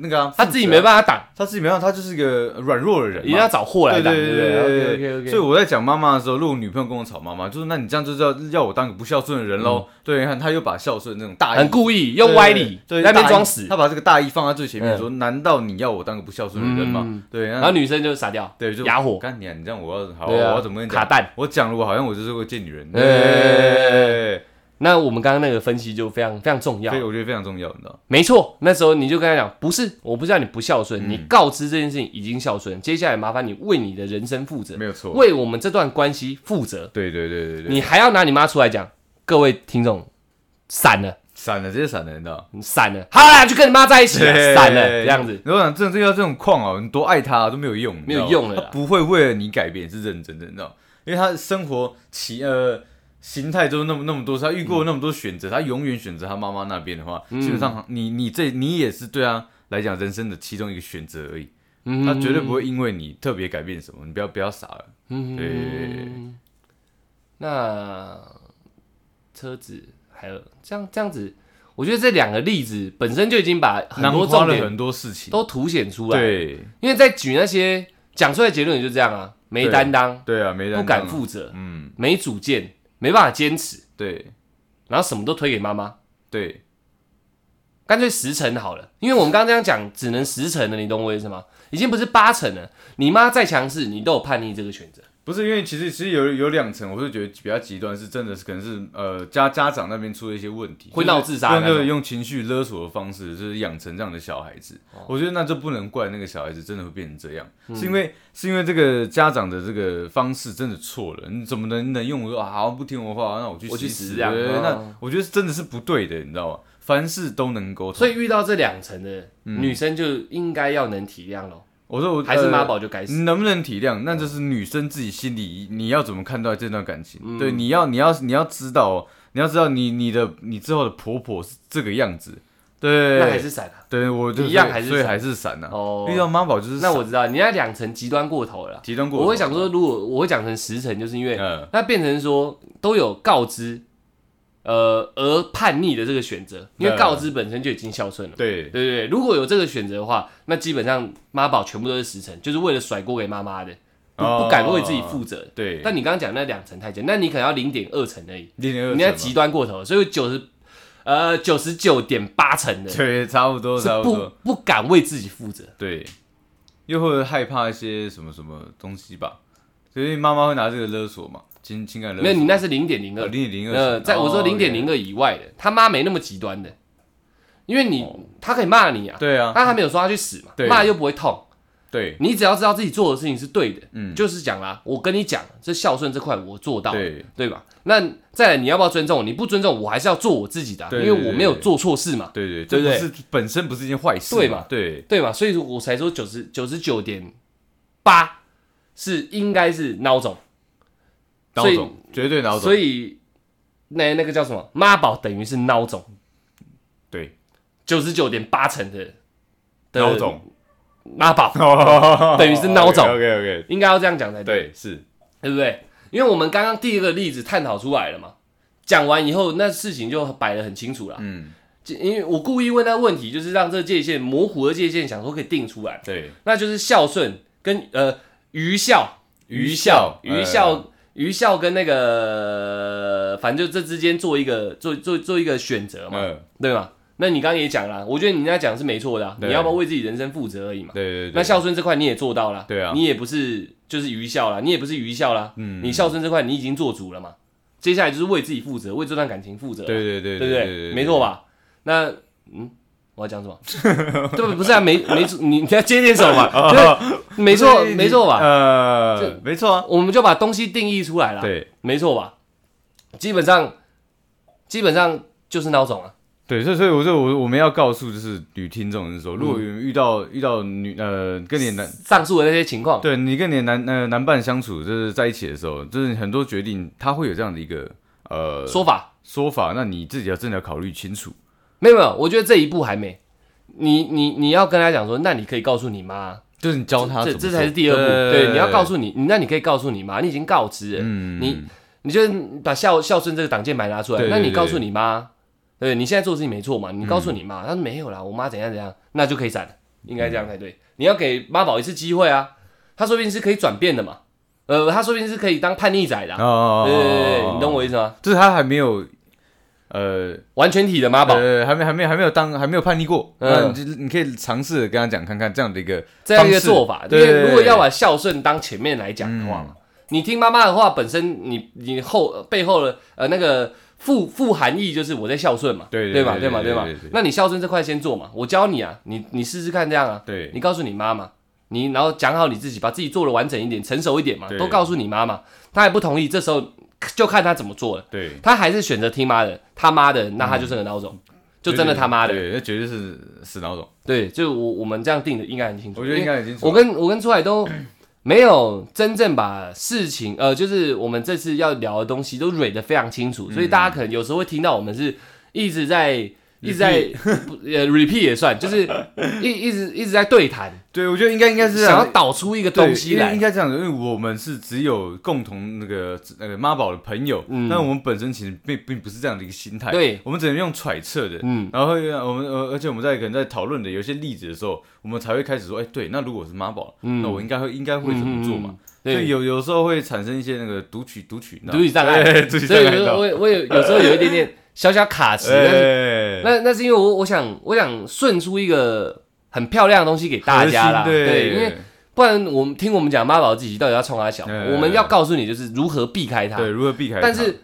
Speaker 2: 那个、啊、
Speaker 1: 他自己
Speaker 2: 负责啊
Speaker 1: 没办法挡，
Speaker 2: 他自己没有，他就是一个软弱的人嘛，
Speaker 1: 一定要找货来
Speaker 2: 对
Speaker 1: 挡，
Speaker 2: 对
Speaker 1: 不对
Speaker 2: 对
Speaker 1: o k OK OK。
Speaker 2: 所以我在讲妈妈的时候，如果女朋友跟我吵妈妈，就是那你这样就是要要我当个不孝顺的人喽。对，你看他又把孝顺那种大
Speaker 1: 嗯
Speaker 2: 义
Speaker 1: 很故意用歪理
Speaker 2: 对对
Speaker 1: 在那边
Speaker 2: 大义
Speaker 1: 装死，
Speaker 2: 他把这个大义放在最前面说，难道你要我当个不孝顺的人吗
Speaker 1: 嗯？
Speaker 2: 对，
Speaker 1: 然后
Speaker 2: 那
Speaker 1: 女生就傻掉，
Speaker 2: 对就
Speaker 1: 哑火
Speaker 2: 干你啊！你这样我要好，我
Speaker 1: 对啊
Speaker 2: 要怎么跟你
Speaker 1: 卡
Speaker 2: 讲？
Speaker 1: 蛋。
Speaker 2: 我讲了，我好像我就是个贱女人。
Speaker 1: 哎
Speaker 2: 对，
Speaker 1: 那我们刚刚那个分析就非常非常重要
Speaker 2: 所以，我觉得非常重要，你知道？
Speaker 1: 没错。那时候你就跟他讲，不是，我不是让你不孝
Speaker 2: 嗯
Speaker 1: 顺，你告知这件事情已经孝顺，接下来麻烦你为你的人生负责，
Speaker 2: 没有错。
Speaker 1: 为我们这段关系负责。
Speaker 2: 对对对对对，
Speaker 1: 你还要拿你妈出来讲，各位听众，闪了，
Speaker 2: 闪了，直接闪了，你知道？
Speaker 1: 你闪了，好啦，就跟你妈在一
Speaker 2: 啊
Speaker 1: 起了，闪了，这样子，
Speaker 2: 如果讲真的遇到这种况哦，你多爱他、都没有用，你知道吗
Speaker 1: 没有用了啦
Speaker 2: 他不会为了你改变，是认真的，你知道？因为他的生活其呃形态都那么那么多，他遇过那么多选择，他永远选择他妈妈那边的话，
Speaker 1: 嗯
Speaker 2: 基本上你你这你也是对他来讲人生的其中一个选择而已。
Speaker 1: 嗯
Speaker 2: 他绝对不会因为你特别改变什么，你不要不要傻了。
Speaker 1: 嗯
Speaker 2: 对对对对
Speaker 1: 那车子还有这样这样子，我觉得这两个例子本身就已经把很
Speaker 2: 囊
Speaker 1: 多
Speaker 2: 括
Speaker 1: 重
Speaker 2: 了
Speaker 1: 点
Speaker 2: 很多事情，
Speaker 1: 都凸显出来，
Speaker 2: 对
Speaker 1: 因为在举那些讲出来的结论也就这样啊，没担当，
Speaker 2: 对啊，没人
Speaker 1: 不敢，负责，
Speaker 2: 嗯，
Speaker 1: 没主见，没办法坚持，
Speaker 2: 对
Speaker 1: 然后什么都推给妈妈，
Speaker 2: 对，
Speaker 1: 干脆十成好了，因为我们刚刚这样讲，只能十成了，你懂我意思吗？已经不是八成了。你妈再强势，你都有叛逆这个选择。
Speaker 2: 不是因为其实其实有有两层，我是觉得比较极端，是真的是可能是呃家家长那边出了一些问题，
Speaker 1: 会闹自杀的那
Speaker 2: 对
Speaker 1: 种
Speaker 2: 对，用情绪勒索的方式就是养成这样的小孩子，我觉得那就不能怪那个小孩子真的会变成这样，
Speaker 1: 嗯
Speaker 2: 是因为是因为这个家长的这个方式真的错了，你怎么能能用我说啊好不听我话，那我去
Speaker 1: 我去
Speaker 2: 死
Speaker 1: 死这样
Speaker 2: 对对对
Speaker 1: 嗯
Speaker 2: 那我觉得真的是不对的，你知道吗？凡事都能沟通，
Speaker 1: 所以遇到这两层的女生，就应该要能体谅咯，
Speaker 2: 我说我
Speaker 1: 还是
Speaker 2: 嗯呃
Speaker 1: 妈宝就该死。
Speaker 2: 你能不能体谅？那就是女生自己心里，你要怎么看待这段感情？
Speaker 1: 嗯
Speaker 2: 对，你要你要你要知道哦，你要知道你你的你之后的婆婆是这个样子，对，
Speaker 1: 那还是散了。
Speaker 2: 对我就
Speaker 1: 一样还是
Speaker 2: 所以
Speaker 1: 闪
Speaker 2: 还是闪呐、
Speaker 1: 哦
Speaker 2: 遇到妈宝就是
Speaker 1: 那
Speaker 2: 闪
Speaker 1: 我知道，你那两层极端过头了啦。
Speaker 2: 极端过头，
Speaker 1: 我会想说，如果我会讲成十层，就是因为
Speaker 2: 嗯，
Speaker 1: 那变成说都有告知，呃，而叛逆的这个选择，因为
Speaker 2: 嗯
Speaker 1: 告知本身就已经孝顺了嘛。
Speaker 2: 对
Speaker 1: 对对对，如果有这个选择的话，那基本上妈宝全部都是十成，就是为了甩锅给妈妈的，不
Speaker 2: 哦
Speaker 1: 不敢为自己负责的。
Speaker 2: 对，
Speaker 1: 但你刚刚讲那两层太简单，那你可能要零点二层而已，
Speaker 2: 零点二
Speaker 1: 你那极端过头了，所以九十呃九十九点八成的是
Speaker 2: 对， 差不多差不
Speaker 1: 不
Speaker 2: 多，
Speaker 1: 不敢为自己负责，
Speaker 2: 对，又或者害怕一些什么什么东西吧，所以妈妈会拿这个勒索嘛，情情感勒
Speaker 1: 没
Speaker 2: 索。哦
Speaker 1: 有，你那是零点零二
Speaker 2: 零，点零二，
Speaker 1: 呃，在我说
Speaker 2: 哦
Speaker 1: 零点零二以外的，他妈没那么极端的，因为你他可以骂你啊，
Speaker 2: 哦对啊，
Speaker 1: 他还没有说他去死嘛，
Speaker 2: 对
Speaker 1: 骂又不会痛，
Speaker 2: 对
Speaker 1: 你只要知道自己做的事情是对的，
Speaker 2: 嗯
Speaker 1: 就是讲啦，我跟你讲，这孝顺这块我做到，
Speaker 2: 对
Speaker 1: 对吧？那再来你要不要尊重我？你不尊重我，还是要做我自己的啊、
Speaker 2: 对
Speaker 1: 因为我没有做错事嘛，
Speaker 2: 对对，
Speaker 1: 对不对
Speaker 2: 这不是本身不是一件坏事
Speaker 1: 对嘛
Speaker 2: 嘛，对
Speaker 1: 对吧？所以我才说九十九十九点八是应该是孬种，
Speaker 2: 老
Speaker 1: 所以
Speaker 2: 总绝对老总，
Speaker 1: 所以那那个叫什么妈宝等于是孬种，
Speaker 2: 对
Speaker 1: 九十九点八成的的
Speaker 2: 老总，
Speaker 1: 妈宝， 等于是孬 种
Speaker 2: OK OK，
Speaker 1: 应该要这样讲才对，
Speaker 2: 对是，
Speaker 1: 对不对？因为我们刚刚第一个例子探讨出来了嘛，讲完以后，那事情就摆得很清楚了。
Speaker 2: 嗯
Speaker 1: 就因为我故意问那问题，就是让这界限模糊的界限，想说可以定出来，
Speaker 2: 对，
Speaker 1: 那就是孝顺跟呃愚孝、
Speaker 2: 愚孝
Speaker 1: 愚
Speaker 2: 呃
Speaker 1: 孝、愚孝跟那个，反正就这之间做一个做做做一个选择嘛，
Speaker 2: 嗯
Speaker 1: 对吧？那你刚刚也讲了，我觉得你那讲是没错的啊、
Speaker 2: 对
Speaker 1: 你要不要为自己人生负责而已嘛。
Speaker 2: 对对对，
Speaker 1: 那孝顺这块你也做到了，
Speaker 2: 对啊
Speaker 1: 你也不是就是愚孝啦，你也不是愚孝啦，
Speaker 2: 嗯
Speaker 1: 你孝顺这块你已经做足了嘛，接下来就是为自己负责，为这段感情负责啦，
Speaker 2: 对对对
Speaker 1: 对不
Speaker 2: 对
Speaker 1: 对？没错，吧？那嗯，我要讲什么？ 对不？不是啊，没没错你你要接接手 嘛，就是没
Speaker 2: 哦不
Speaker 1: 错
Speaker 2: 是
Speaker 1: 没错吧？
Speaker 2: 呃
Speaker 1: 这，
Speaker 2: 没错啊，
Speaker 1: 我们就啊把东西定义出来了，，
Speaker 2: 对
Speaker 1: 没错吧？基本上基本上就是孬种啊，
Speaker 2: 对，所以所以我说我我们要告诉就是女听众是说，如果
Speaker 1: 嗯
Speaker 2: 遇到遇到女呃跟你的男
Speaker 1: 上述的那些情况，
Speaker 2: 对你跟你的男呃男伴相处，就是在一起的时候，就是很多决定他会有这样的一个呃
Speaker 1: 说法
Speaker 2: 说法，那你自己要真的要考虑清楚。
Speaker 1: 没有没有，我觉得这一步还没。你你你要跟他讲说，那你可以告诉你妈啊、
Speaker 2: 就是你教他
Speaker 1: 这
Speaker 2: 怎么
Speaker 1: 这
Speaker 2: 做
Speaker 1: 才是第二步。对，你要告，诉你，你那你可以告诉你妈，你已经告知了，
Speaker 2: 嗯
Speaker 1: 你你就把孝孝顺这个挡箭牌拿出来，
Speaker 2: 对对
Speaker 1: 那你
Speaker 2: 对
Speaker 1: 告诉你妈，对你现在做的事情没错嘛，你告诉你妈，
Speaker 2: 嗯
Speaker 1: 她说没有啦，我妈怎样怎样，那就可以闪了，应该这样才对。你要给妈宝一次机会啊，她说不定是可以转变的嘛，呃，她说不定是可以当叛逆仔的啊、
Speaker 2: 哦，
Speaker 1: 对对对对，你懂
Speaker 2: 我，
Speaker 1: 我意思吗？
Speaker 2: 就是他还没有呃
Speaker 1: 完全体的妈宝，
Speaker 2: 呃还没还没还没有当还没有叛逆过，
Speaker 1: 嗯
Speaker 2: 那你就你可以尝试跟他讲看看这样的一个
Speaker 1: 这样一个
Speaker 2: 方式
Speaker 1: 做法，因
Speaker 2: 对对
Speaker 1: 为
Speaker 2: 对
Speaker 1: 如果要把孝顺当前面来讲的话嘛，
Speaker 2: 嗯
Speaker 1: 你听妈妈的话，本身你你后呃背后的呃那个副副含义就是我在孝顺嘛，
Speaker 2: 对对
Speaker 1: 吧
Speaker 2: 对
Speaker 1: 对嘛
Speaker 2: 对
Speaker 1: 嘛
Speaker 2: 对对，
Speaker 1: 那你孝顺这块先做嘛，我教你啊，你你试试看这样啊，
Speaker 2: 对
Speaker 1: 你告诉你妈妈，你然后讲好你自己，把自己做的完整一点，成熟一点嘛，
Speaker 2: 对
Speaker 1: 都告诉你妈妈，她还不同意，这时候就看她怎么做了，
Speaker 2: 对，
Speaker 1: 她还是选择听妈的，他妈的，那她就是个孬种，就真的他妈的，
Speaker 2: 嗯对，那绝对是死脑种，
Speaker 1: 对，就我我们这样定的应该很清楚，
Speaker 2: 我觉得应该已经
Speaker 1: 我跟我跟出海都没有真正把事情，呃，就是我们这次要聊的东西都蕊得非常清楚，所以
Speaker 2: 嗯
Speaker 1: 大家可能有时候会听到我们是一直在一直在不呃 repeat 也算，就是一一直一直在对谈，
Speaker 2: 对，我觉得应该应该是这
Speaker 1: 想
Speaker 2: 样
Speaker 1: 要导出一个
Speaker 2: 对
Speaker 1: 东西
Speaker 2: 应该
Speaker 1: 来
Speaker 2: 应。该这样子，因为我们是只有共同那个那个妈宝的朋友，
Speaker 1: 嗯
Speaker 2: 那我们本身其实并并不是这样的一个心态，
Speaker 1: 对，
Speaker 2: 我们只能用揣测的，
Speaker 1: 嗯，
Speaker 2: 然后呃我们呃，而且我们在可能在讨论的有一些例子的时候，我们才会开始说，哎、对，那如果我是妈宝，
Speaker 1: 嗯
Speaker 2: 那我应该会应该会怎么做嘛？所
Speaker 1: 对
Speaker 2: 以，有有时候会产生一些那个读取读取，你知道
Speaker 1: 独
Speaker 2: 吗
Speaker 1: 立障碍
Speaker 2: 对读取
Speaker 1: 所
Speaker 2: 障
Speaker 1: 以
Speaker 2: 碍
Speaker 1: 有时候
Speaker 2: 到，
Speaker 1: 我有我有有时候有一点点小小卡词，但是
Speaker 2: 哎
Speaker 1: 那那是因为我我想我想顺出一个很漂亮的东西给大家啦，
Speaker 2: 核心对，
Speaker 1: 因为不然我们听我们讲妈宝自己到底要冲他小，
Speaker 2: 对
Speaker 1: 我们要告诉你就是如何避开它。
Speaker 2: 对如何避开它，
Speaker 1: 但是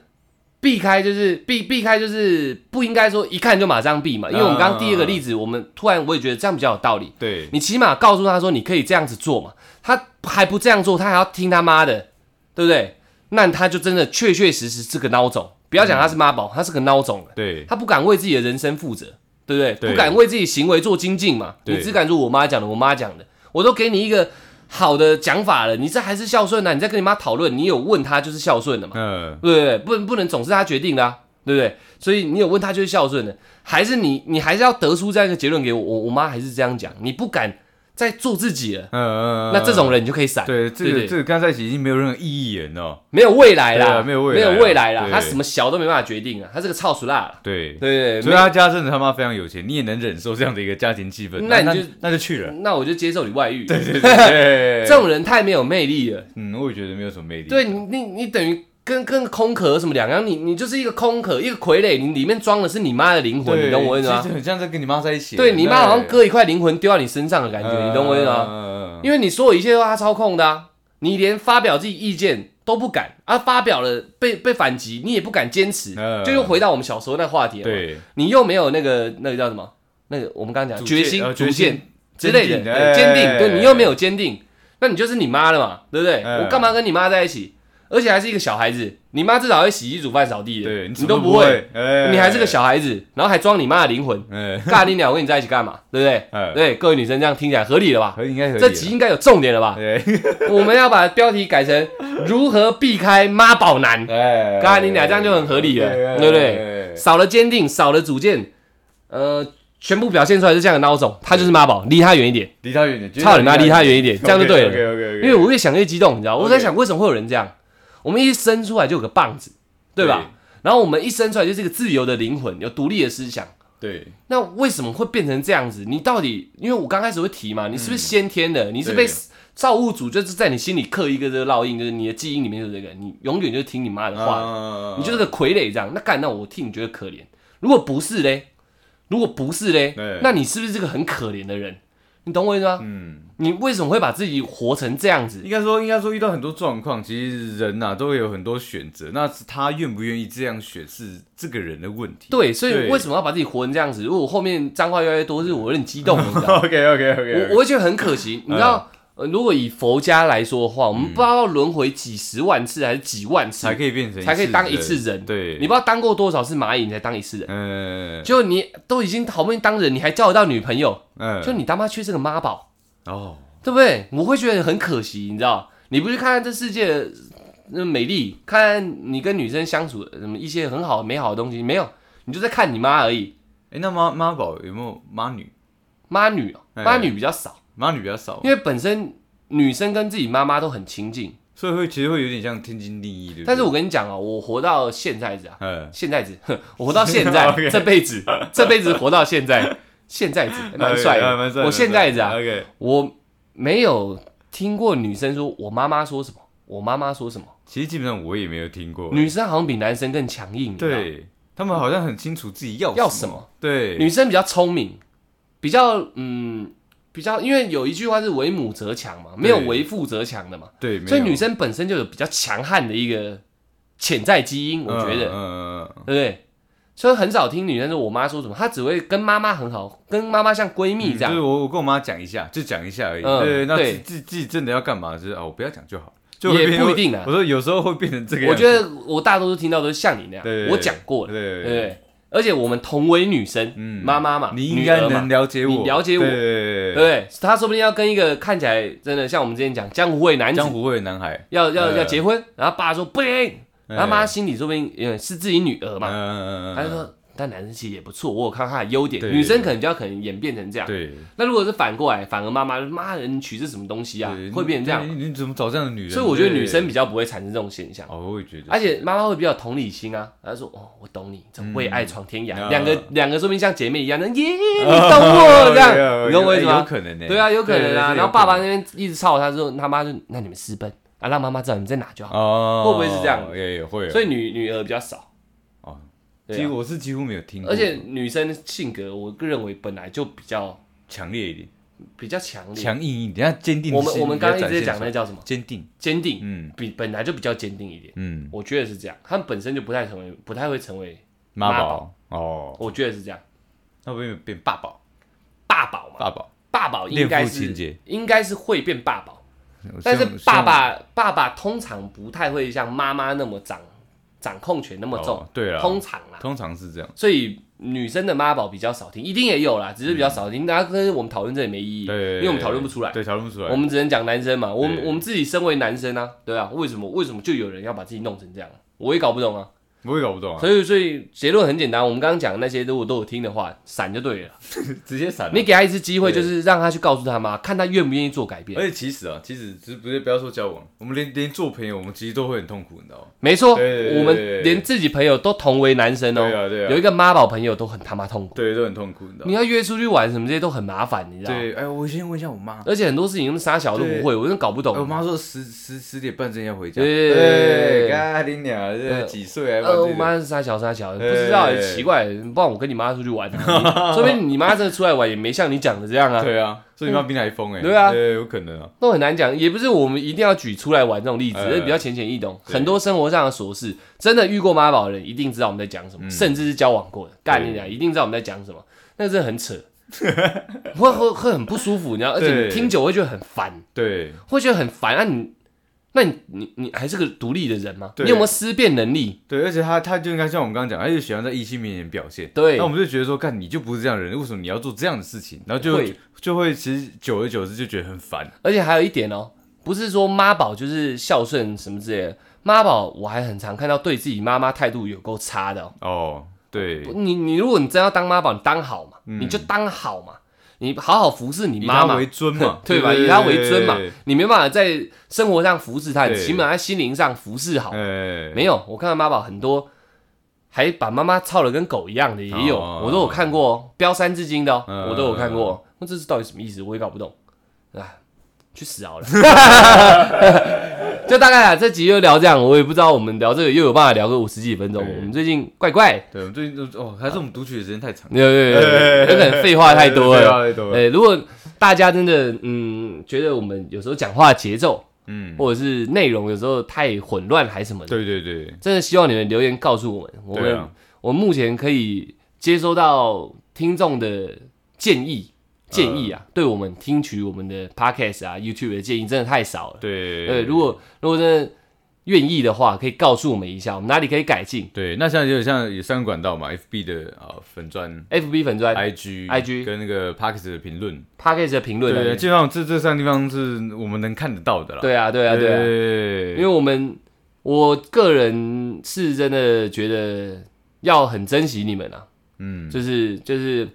Speaker 1: 避开就是避避开就是不应该说一看就马上避嘛，因为我们刚刚第二个例子，我们突然我也觉得这样比较有道理。
Speaker 2: 对
Speaker 1: 你起码告诉他说你可以这样子做嘛，他还不这样做，他还要听他妈的，对不对？那他就真的确确实实是个孬种，不要讲他是妈宝，他是个孬种了。
Speaker 2: 对
Speaker 1: 他不敢为自己的人生负责，对不对？
Speaker 2: 对
Speaker 1: 不敢为自己行为做精进嘛，
Speaker 2: 对
Speaker 1: 你只敢说我妈讲的，我妈讲的，我都给你一个好的讲法了，你这还是孝顺啊？你在跟你妈讨论，你有问她就是孝顺的嘛，
Speaker 2: 嗯、
Speaker 1: 对不对？不能不能总是她决定的、啊，对不对？所以你有问她就是孝顺的，还是你你还是要得出这样一个结论给我，我我妈还是这样讲，你不敢再做自己了，
Speaker 2: 嗯嗯，嗯
Speaker 1: 那这种人你就可以闪，
Speaker 2: 对这
Speaker 1: 对
Speaker 2: 个
Speaker 1: 对
Speaker 2: 这个刚在一起已经没有任何意义了，你知道吗？
Speaker 1: 没有未来
Speaker 2: 对
Speaker 1: 啦，
Speaker 2: 啊没有未来啦
Speaker 1: 啦，
Speaker 2: 对
Speaker 1: 他什么小都没办法决定啊，他是个操俗辣啦，
Speaker 2: 对
Speaker 1: 对对对，
Speaker 2: 所以他家真的他妈非常有钱，你也能忍受这样的一个家庭气氛，
Speaker 1: 那你就
Speaker 2: 那那就去了。
Speaker 1: 那我就接受你外遇， 对对
Speaker 2: 对
Speaker 1: 这种人太没有魅力了。
Speaker 2: 嗯，我也觉得没有什么魅力。
Speaker 1: 对你，你你等于跟跟空壳有什么两样？你你就是一个空壳，一个傀儡，你里面装的是你妈的灵魂，
Speaker 2: 对，
Speaker 1: 你懂我意思
Speaker 2: 其
Speaker 1: 吗？
Speaker 2: 实很像在跟你妈在一起。啊
Speaker 1: 对你妈好像
Speaker 2: 对
Speaker 1: 割一块灵魂丢到你身上的感觉，你懂我意思吗？
Speaker 2: 嗯嗯嗯嗯
Speaker 1: 因为你所有一切都是她操控的啊，你连发表自己意见都不敢啊，发表了被被反击，你也不敢坚持，
Speaker 2: 嗯
Speaker 1: 这就回到我们小时候那话题了嘛。
Speaker 2: 对，
Speaker 1: 你又没有那个那个叫什么？那个我们刚刚讲
Speaker 2: 主
Speaker 1: 决
Speaker 2: 见
Speaker 1: 心、
Speaker 2: 呃
Speaker 1: 主
Speaker 2: 决心
Speaker 1: 见之类的，
Speaker 2: 坚定哎
Speaker 1: 对坚定。对你又没有坚定，那你就是你妈了嘛，对不对？
Speaker 2: 哎
Speaker 1: 我干嘛跟你妈在一起？而且还是一个小孩子，你妈至少会洗衣煮饭、扫地的，
Speaker 2: 对
Speaker 1: 你
Speaker 2: 什么
Speaker 1: 都
Speaker 2: 都
Speaker 1: 不会，
Speaker 2: 会，哎
Speaker 1: 你还是个，小孩子，然后还装你妈的灵魂，
Speaker 2: 哎，
Speaker 1: 尬你鸟，我跟你在一起干嘛？对不对？
Speaker 2: 哎
Speaker 1: 对，各位女生这样听起来合理了吧？
Speaker 2: 合理应该合理，啊哎
Speaker 1: 这集，应该有重点了吧？
Speaker 2: 对，
Speaker 1: 我们要把标题改成“如何避开妈宝男
Speaker 2: 哎，
Speaker 1: 刚才你俩这样就很合理了对不对
Speaker 2: 对”，？哎
Speaker 1: 少了坚定，少了主见，呃，全部表现出来是这样的孬种，他就是妈宝，离他远一点，
Speaker 2: 离他远一点，
Speaker 1: 操你妈，离他远一点， 这样就对了。
Speaker 2: OK，
Speaker 1: 因为我越想越激动，你知道，我在
Speaker 2: OK
Speaker 1: 想为什么会有人这样？我们一生出来就有个棒子，对吧？然后我们一生出来就是一个自由的灵魂，有独立的思想。
Speaker 2: 对
Speaker 1: 那为什么会变成这样子？你到底，因为我刚开始会提嘛，你是不是先天的？你是被
Speaker 2: 嗯对
Speaker 1: 造物主就是在你心里刻一个这个烙印，就是你的基因里面有这个，你永远就听你妈的话，
Speaker 2: 啊
Speaker 1: 你就是个傀儡这样。那干，那我替你觉得可怜。如果不是嘞，如果不是嘞
Speaker 2: 对，
Speaker 1: 那你是不是这个很可怜的人？你懂我意思吗？
Speaker 2: 嗯，
Speaker 1: 你为什么会把自己活成这样子
Speaker 2: 应？该说，应该说遇到很多状况，其实人呐、都会有很多选择。那是他愿不愿意这样选是这个人的问题。
Speaker 1: 对，所以
Speaker 2: 对
Speaker 1: 为什么要把自己活成这样子？如果我后面脏话越来越多，是我有点激动，你知道吗
Speaker 2: OK OK OK，
Speaker 1: 我我会觉得很可惜，你知道。
Speaker 2: 嗯
Speaker 1: 呃如果以佛家来说的话，我们不知道要轮回几十万次还是几万次
Speaker 2: 才，可以变成
Speaker 1: 才可以当一
Speaker 2: 次
Speaker 1: 次
Speaker 2: 人
Speaker 1: 人。
Speaker 2: 对，
Speaker 1: 你不知道当过多少次蚂蚁，你才当一次人。
Speaker 2: 嗯
Speaker 1: 就你都已经好不容易当人，你还交得到女朋友，
Speaker 2: 嗯，
Speaker 1: 就你他妈缺这个妈宝，
Speaker 2: 哦，
Speaker 1: 对不对？我会觉得很可惜，你知道？你不去看看这世界的那美丽，看你跟女生相处的什么一些很好美好的东西，没有，你就在看你妈而已。
Speaker 2: 哎、那妈妈宝有没有妈女？
Speaker 1: 妈女哦，
Speaker 2: 哎
Speaker 1: 妈女比较少，
Speaker 2: 妈女比较少
Speaker 1: 因，为本身女生跟自己妈妈都很亲近。
Speaker 2: 所以会其实会有点像天经地义，对不对？
Speaker 1: 但是我跟你讲哦，我活到现在 子啊，
Speaker 2: 嗯，
Speaker 1: 现在子，哼 我活到现在
Speaker 2: OK
Speaker 1: 这辈子，这辈子活到现在，现在子还蛮帅
Speaker 2: 哎哎蛮
Speaker 1: 的。
Speaker 2: 帅的，哎
Speaker 1: 我现在子啊，
Speaker 2: ，OK，
Speaker 1: 我没有听过女生说我妈妈说什么，我妈妈说什么。
Speaker 2: 其实基本上我也没有听过，
Speaker 1: 女生好像比男生更强硬，你啊知道吗，
Speaker 2: 对他们好像很清楚自己要
Speaker 1: 要
Speaker 2: 什
Speaker 1: 什
Speaker 2: 么
Speaker 1: 么，
Speaker 2: 对，
Speaker 1: 女生比较聪明，比较嗯，比较因为有一句话是为母则强嘛，没有
Speaker 2: 对
Speaker 1: 为父则强的嘛，
Speaker 2: 对，没
Speaker 1: 所以
Speaker 2: 有
Speaker 1: 女生本身就有比较强悍的一个潜在基因，我觉得。
Speaker 2: 嗯嗯嗯嗯
Speaker 1: 对不对？所以很少听女生说我妈说什么，她只会跟妈妈很好，跟妈妈像闺蜜这
Speaker 2: 就是
Speaker 1: 样。
Speaker 2: 我我跟我妈讲一下，就讲一下而已。
Speaker 1: 嗯
Speaker 2: 对，那
Speaker 1: 对
Speaker 2: 自自自己真的要干嘛，就是哦，我不要讲就好。就
Speaker 1: 也
Speaker 2: 会变
Speaker 1: 不一定啊
Speaker 2: 我说有时候会变成这个样
Speaker 1: 我
Speaker 2: 子。
Speaker 1: 觉得我大多数听到都是像你那
Speaker 2: 对
Speaker 1: 样，我讲过了，
Speaker 2: 对
Speaker 1: 对不对？而且我们同为女生，
Speaker 2: 嗯
Speaker 1: 妈妈嘛，
Speaker 2: 你应
Speaker 1: 女
Speaker 2: 该
Speaker 1: 儿
Speaker 2: 能
Speaker 1: 嘛，
Speaker 2: 了解我，
Speaker 1: 你了解我
Speaker 2: 对
Speaker 1: 对不对？她说不定要跟一个看起来真的像我们之前讲江湖味男子
Speaker 2: 江湖会的男孩
Speaker 1: 要要
Speaker 2: 嗯
Speaker 1: 要结婚，然后爸说不行，
Speaker 2: 嗯
Speaker 1: 然后妈心里说不定嗯是自己女儿
Speaker 2: 嗯
Speaker 1: 嘛，
Speaker 2: 嗯嗯嗯，
Speaker 1: 她就说但男生其实也不错，我有看她的优点，
Speaker 2: 对
Speaker 1: 女生可能比较可能演变成这样。
Speaker 2: 对，
Speaker 1: 那如果是反过来，反而妈妈就妈的你娶这什么东西啊
Speaker 2: 对，
Speaker 1: 会变成这样。
Speaker 2: 你你你怎么找这样的女人？
Speaker 1: 所以我觉得
Speaker 2: 对
Speaker 1: 女生比哎较不会产生这种现象，
Speaker 2: 哦，我也觉得，
Speaker 1: 而且妈妈会比较有同理心啊。她说：“哦，我懂你，这为爱闯天涯。
Speaker 2: 嗯
Speaker 1: 两个
Speaker 2: 啊
Speaker 1: 两个说明像姐妹一样，那耶，你懂我这样，你懂我意思
Speaker 2: 哦有
Speaker 1: 吗？
Speaker 2: 可能呢。欸
Speaker 1: 对啊，有可能啊。
Speaker 2: 对
Speaker 1: 然后爸爸那边一直吵他说，他妈就那你们私奔啊，让妈妈知道你们在哪就好。
Speaker 2: 哦，
Speaker 1: 会不会是这样
Speaker 2: 也也会哦。
Speaker 1: 所以女女儿比较少
Speaker 2: 哦，
Speaker 1: 对啊
Speaker 2: 几乎我是几乎没有听过，
Speaker 1: 而且女生性格，我个认为本来就比较
Speaker 2: 强烈一点，
Speaker 1: 比较强烈。
Speaker 2: 强硬一点，要坚定是
Speaker 1: 我
Speaker 2: 比
Speaker 1: 们
Speaker 2: 较展现出来。
Speaker 1: 我们刚刚一直在讲那叫什么
Speaker 2: 坚定，
Speaker 1: 坚定，
Speaker 2: 嗯
Speaker 1: 比本来就比较坚定一点。
Speaker 2: 嗯，
Speaker 1: 我觉得是这样，他们本身就不太成为，不太会成为，
Speaker 2: 妈
Speaker 1: 妈
Speaker 2: 宝哦，
Speaker 1: 我觉得是这样。
Speaker 2: 那会不会变爸宝？
Speaker 1: 爸宝嘛，
Speaker 2: 爸宝，
Speaker 1: 爸宝应该
Speaker 2: 恋父情节
Speaker 1: 是应该是会变爸宝，但是
Speaker 2: 像
Speaker 1: 爸爸爸爸通常不太会像妈妈那么掌掌控权那么
Speaker 2: 像
Speaker 1: 重，
Speaker 2: 哦对啊，
Speaker 1: 通常啦，
Speaker 2: 通常是这样，
Speaker 1: 所以女生的妈宝比较少听，一定也有啦，只是比较少听。那但是我们讨论这也没意义，
Speaker 2: 对，对
Speaker 1: 因为我们讨论不出来，
Speaker 2: 对，讨论不出来，
Speaker 1: 我们只能讲男生嘛，我们
Speaker 2: 对
Speaker 1: 我们自己身为男生啊，对啊，为什么为什么就有人要把自己弄成这样？我也搞不懂啊，
Speaker 2: 我也搞不懂啊，
Speaker 1: 所以所以结论很简单，我们刚刚讲的那些如果都有听的话，闪就对了。
Speaker 2: 直接闪了。啊
Speaker 1: 你给他一次机会，
Speaker 2: 对
Speaker 1: 就是让他去告诉他妈，看他愿不愿意做改变。
Speaker 2: 而且其实啊，其实只是不是不要说交往，我们连连做朋友，我们其实都会很痛苦，你知道吗？
Speaker 1: 没错，
Speaker 2: 对对对
Speaker 1: 我们连自己朋友都同为男生哦，
Speaker 2: 对啊对啊
Speaker 1: 有一个妈宝朋友都很他妈痛苦。
Speaker 2: 对，都很痛苦，你知道
Speaker 1: 你
Speaker 2: 吗？
Speaker 1: 要约出去玩什么这些都很麻烦，你知道吗？
Speaker 2: 对，哎，我先问一下我妈，
Speaker 1: 而且很多事情那么傻小都不会，我真的搞不
Speaker 2: 哎我
Speaker 1: 懂。
Speaker 2: 妈说十十十点半真要回家，
Speaker 1: 对
Speaker 2: 干你俩这
Speaker 1: 对
Speaker 2: 几岁还不这
Speaker 1: 呃，
Speaker 2: 个
Speaker 1: 我妈是傻小傻小，不知道
Speaker 2: 哎
Speaker 1: 也奇怪，不然我跟你妈出去玩，你 说不定你妈真的出来玩也没像你讲的这样啊，
Speaker 2: 对啊，所以你妈比你还疯哎，
Speaker 1: 对啊
Speaker 2: 对，有可能啊，
Speaker 1: 都很难讲，也不是我们一定要举出来玩这种例子，
Speaker 2: 哎
Speaker 1: 这比较浅显易懂。
Speaker 2: 对
Speaker 1: 很多生活上的琐事，真的遇过妈宝的人一定知道我们在讲什
Speaker 2: 嗯
Speaker 1: 么，甚至是交往过的，干你俩一定知道我们在讲什么，那真的很扯， 会会会很不舒服，你知道，而且
Speaker 2: 对
Speaker 1: 你听久会觉得很烦，
Speaker 2: 对，
Speaker 1: 会觉得很烦。那、你，那你你你还是个独立的人吗？
Speaker 2: 对
Speaker 1: 你有没有思辨能力？
Speaker 2: 对，而且他他就应该像我们刚刚讲，他就喜欢在异性面前表现。
Speaker 1: 对
Speaker 2: 那我们就觉得说，干你就不是这样的人，为什么你要做这样的事情？然后就
Speaker 1: 会
Speaker 2: 就会其实久而久之就觉得很烦。
Speaker 1: 而且还有一点哦，不是说妈宝就是孝顺什么之类的，妈宝我还很常看到对自己妈妈态度有够差的、哦。
Speaker 2: 哦，对，嗯
Speaker 1: 你你如果你真要当妈宝，你当好嘛，你就当好嘛，你好好服侍你
Speaker 2: 以
Speaker 1: 妈
Speaker 2: 他
Speaker 1: 妈，
Speaker 2: 为，尊嘛
Speaker 1: 对吧？以她为尊嘛，你没办法在生活上服侍她，你
Speaker 2: 对
Speaker 1: 起码在心灵上服侍好。
Speaker 2: 哎，
Speaker 1: 没有，我看到妈宝很多还把妈妈操的跟狗一样的也有，
Speaker 2: 哦
Speaker 1: 我都有看过哦，标三字经的哦，
Speaker 2: 嗯
Speaker 1: 我都有看过哦。那这是到底什么意思？我也搞不懂。哎，去死好了！ 就大概啊，这集就聊这样，我也不知道我们聊这个又有办法聊个五十几分钟。
Speaker 2: 对
Speaker 1: 我们最近怪怪。
Speaker 2: 对，我们最近都哦，还是我们读取的时间太长，
Speaker 1: 对对 对，有可能废话太多
Speaker 2: 对
Speaker 1: 了。
Speaker 2: 啊太多了。
Speaker 1: 呃，如果大家真的嗯觉得我们有时候讲话节奏
Speaker 2: 嗯，
Speaker 1: 或者是内容有时候太混乱还什么的，
Speaker 2: 对对对，
Speaker 1: 真的希望你们留言告诉我们，我
Speaker 2: 对
Speaker 1: 们、
Speaker 2: 啊
Speaker 1: 我目前可以接收到听众的建议建议
Speaker 2: 嗯
Speaker 1: 啊，对我们听取我们的 podcast 啊 YouTube 的建议真的太少了。
Speaker 2: 对
Speaker 1: 呃，如果如果真的愿意的话，可以告诉我们一下，我们哪里可以改进。
Speaker 2: 对，那像也有像有三个管道嘛，FB 的啊粉砖。
Speaker 1: FB 粉砖、
Speaker 2: IG、
Speaker 1: IG
Speaker 2: 跟那个 p a c k e t 的评论，
Speaker 1: podcast 的评论啊，
Speaker 2: 对，基本上这这三个地方是我们能看得到的啦。
Speaker 1: 对啊，对啊，对啊。
Speaker 2: 对
Speaker 1: 因为我们我个人是真的觉得要很珍惜你们啊，
Speaker 2: 嗯，
Speaker 1: 就是就是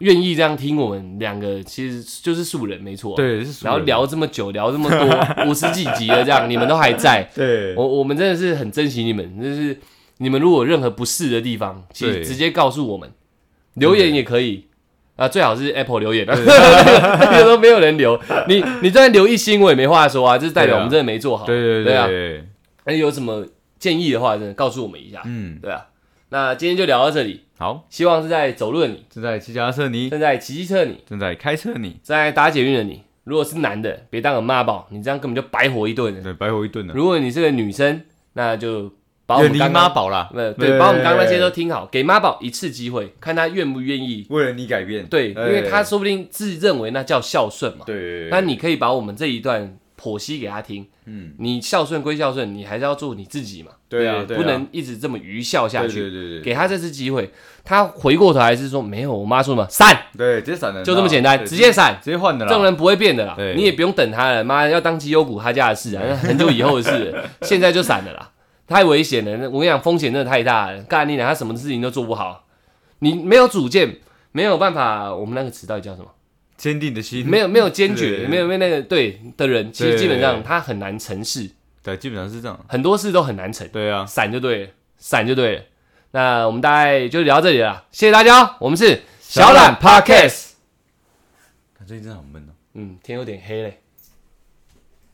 Speaker 1: 愿意这样听我们两个，其实就是素人没错。，
Speaker 2: 对，是熟
Speaker 1: 然后
Speaker 2: 人
Speaker 1: 聊这么久，聊这么 多五十几集了，这样你们都还在，
Speaker 2: 对
Speaker 1: 我我们真的是很珍惜你们，就是你们如果有任何不适的地方，其实
Speaker 2: 对
Speaker 1: 直接告诉我们，留言也可以。啊，最好是 Apple 留言，那个那个都 没有人留，你你再留一星我也没话说啊，这是代表
Speaker 2: 对啊
Speaker 1: 我们真的没做好。
Speaker 2: 对对
Speaker 1: 对啊
Speaker 2: 对，
Speaker 1: 那有什么建议的话，真的告诉我们一下。
Speaker 2: 嗯，
Speaker 1: 对啊，那今天就聊到这里，
Speaker 2: 好，
Speaker 1: 希望是在走路的你，
Speaker 2: 正在骑脚踏车你，
Speaker 1: 正在骑机车的你，
Speaker 2: 正在开车你，
Speaker 1: 正在打捷运的你，如果是男的，别当个妈宝，你这样根本就白活一顿了。
Speaker 2: 对，白活一顿呢，
Speaker 1: 如果你是个女生，那就把我
Speaker 2: 远
Speaker 1: 们
Speaker 2: 离
Speaker 1: 刚
Speaker 2: 妈
Speaker 1: 刚
Speaker 2: 宝啦，
Speaker 1: 呃对，
Speaker 2: 对
Speaker 1: 把我们刚刚那些都听好，给妈宝一次机会，看他愿不愿意。
Speaker 2: 为了你改变，
Speaker 1: 对，因为他
Speaker 2: 哎
Speaker 1: 说不定自认为那叫孝顺嘛。
Speaker 2: 对，
Speaker 1: 那你可以把我们这一段剖析给他听。
Speaker 2: 嗯，
Speaker 1: 你孝顺归孝顺，你还是要做你自己嘛。
Speaker 2: 对啊
Speaker 1: 不
Speaker 2: 对啊
Speaker 1: 不能一直这么愚孝下
Speaker 2: 对
Speaker 1: 去
Speaker 2: 对。对对
Speaker 1: 给他这次机会，他回过头来是说没有，我妈说什么闪，
Speaker 2: 对，直接闪人，
Speaker 1: 就这么简单，
Speaker 2: 对
Speaker 1: 直接闪。
Speaker 2: 直接换的
Speaker 1: 这
Speaker 2: 啦，
Speaker 1: 种人不会变的啦，
Speaker 2: 对
Speaker 1: 你也不用等他了，妈要当绩优股他家的事啊，那很久以后的事 了，现在就闪了啦，太危险了。那我跟你讲，风险真的太大了，干你俩他什么事情都做不好，你没有主见，没有办法，我们那个词到底叫 什么？
Speaker 2: 坚定的心，
Speaker 1: 没有没有坚决，
Speaker 2: 对
Speaker 1: 没有没有那个对的人，其实
Speaker 2: 对
Speaker 1: 基本上他很难成事，
Speaker 2: 对，基本上是这样，
Speaker 1: 很多事都很难成，
Speaker 2: 对啊，
Speaker 1: 闪就对了，闪就对了。那我们大概就聊到这里了，谢谢大家哦，我们是小懒 Podcast。
Speaker 2: 最近真的好闷哦。
Speaker 1: 嗯，天有点黑嘞。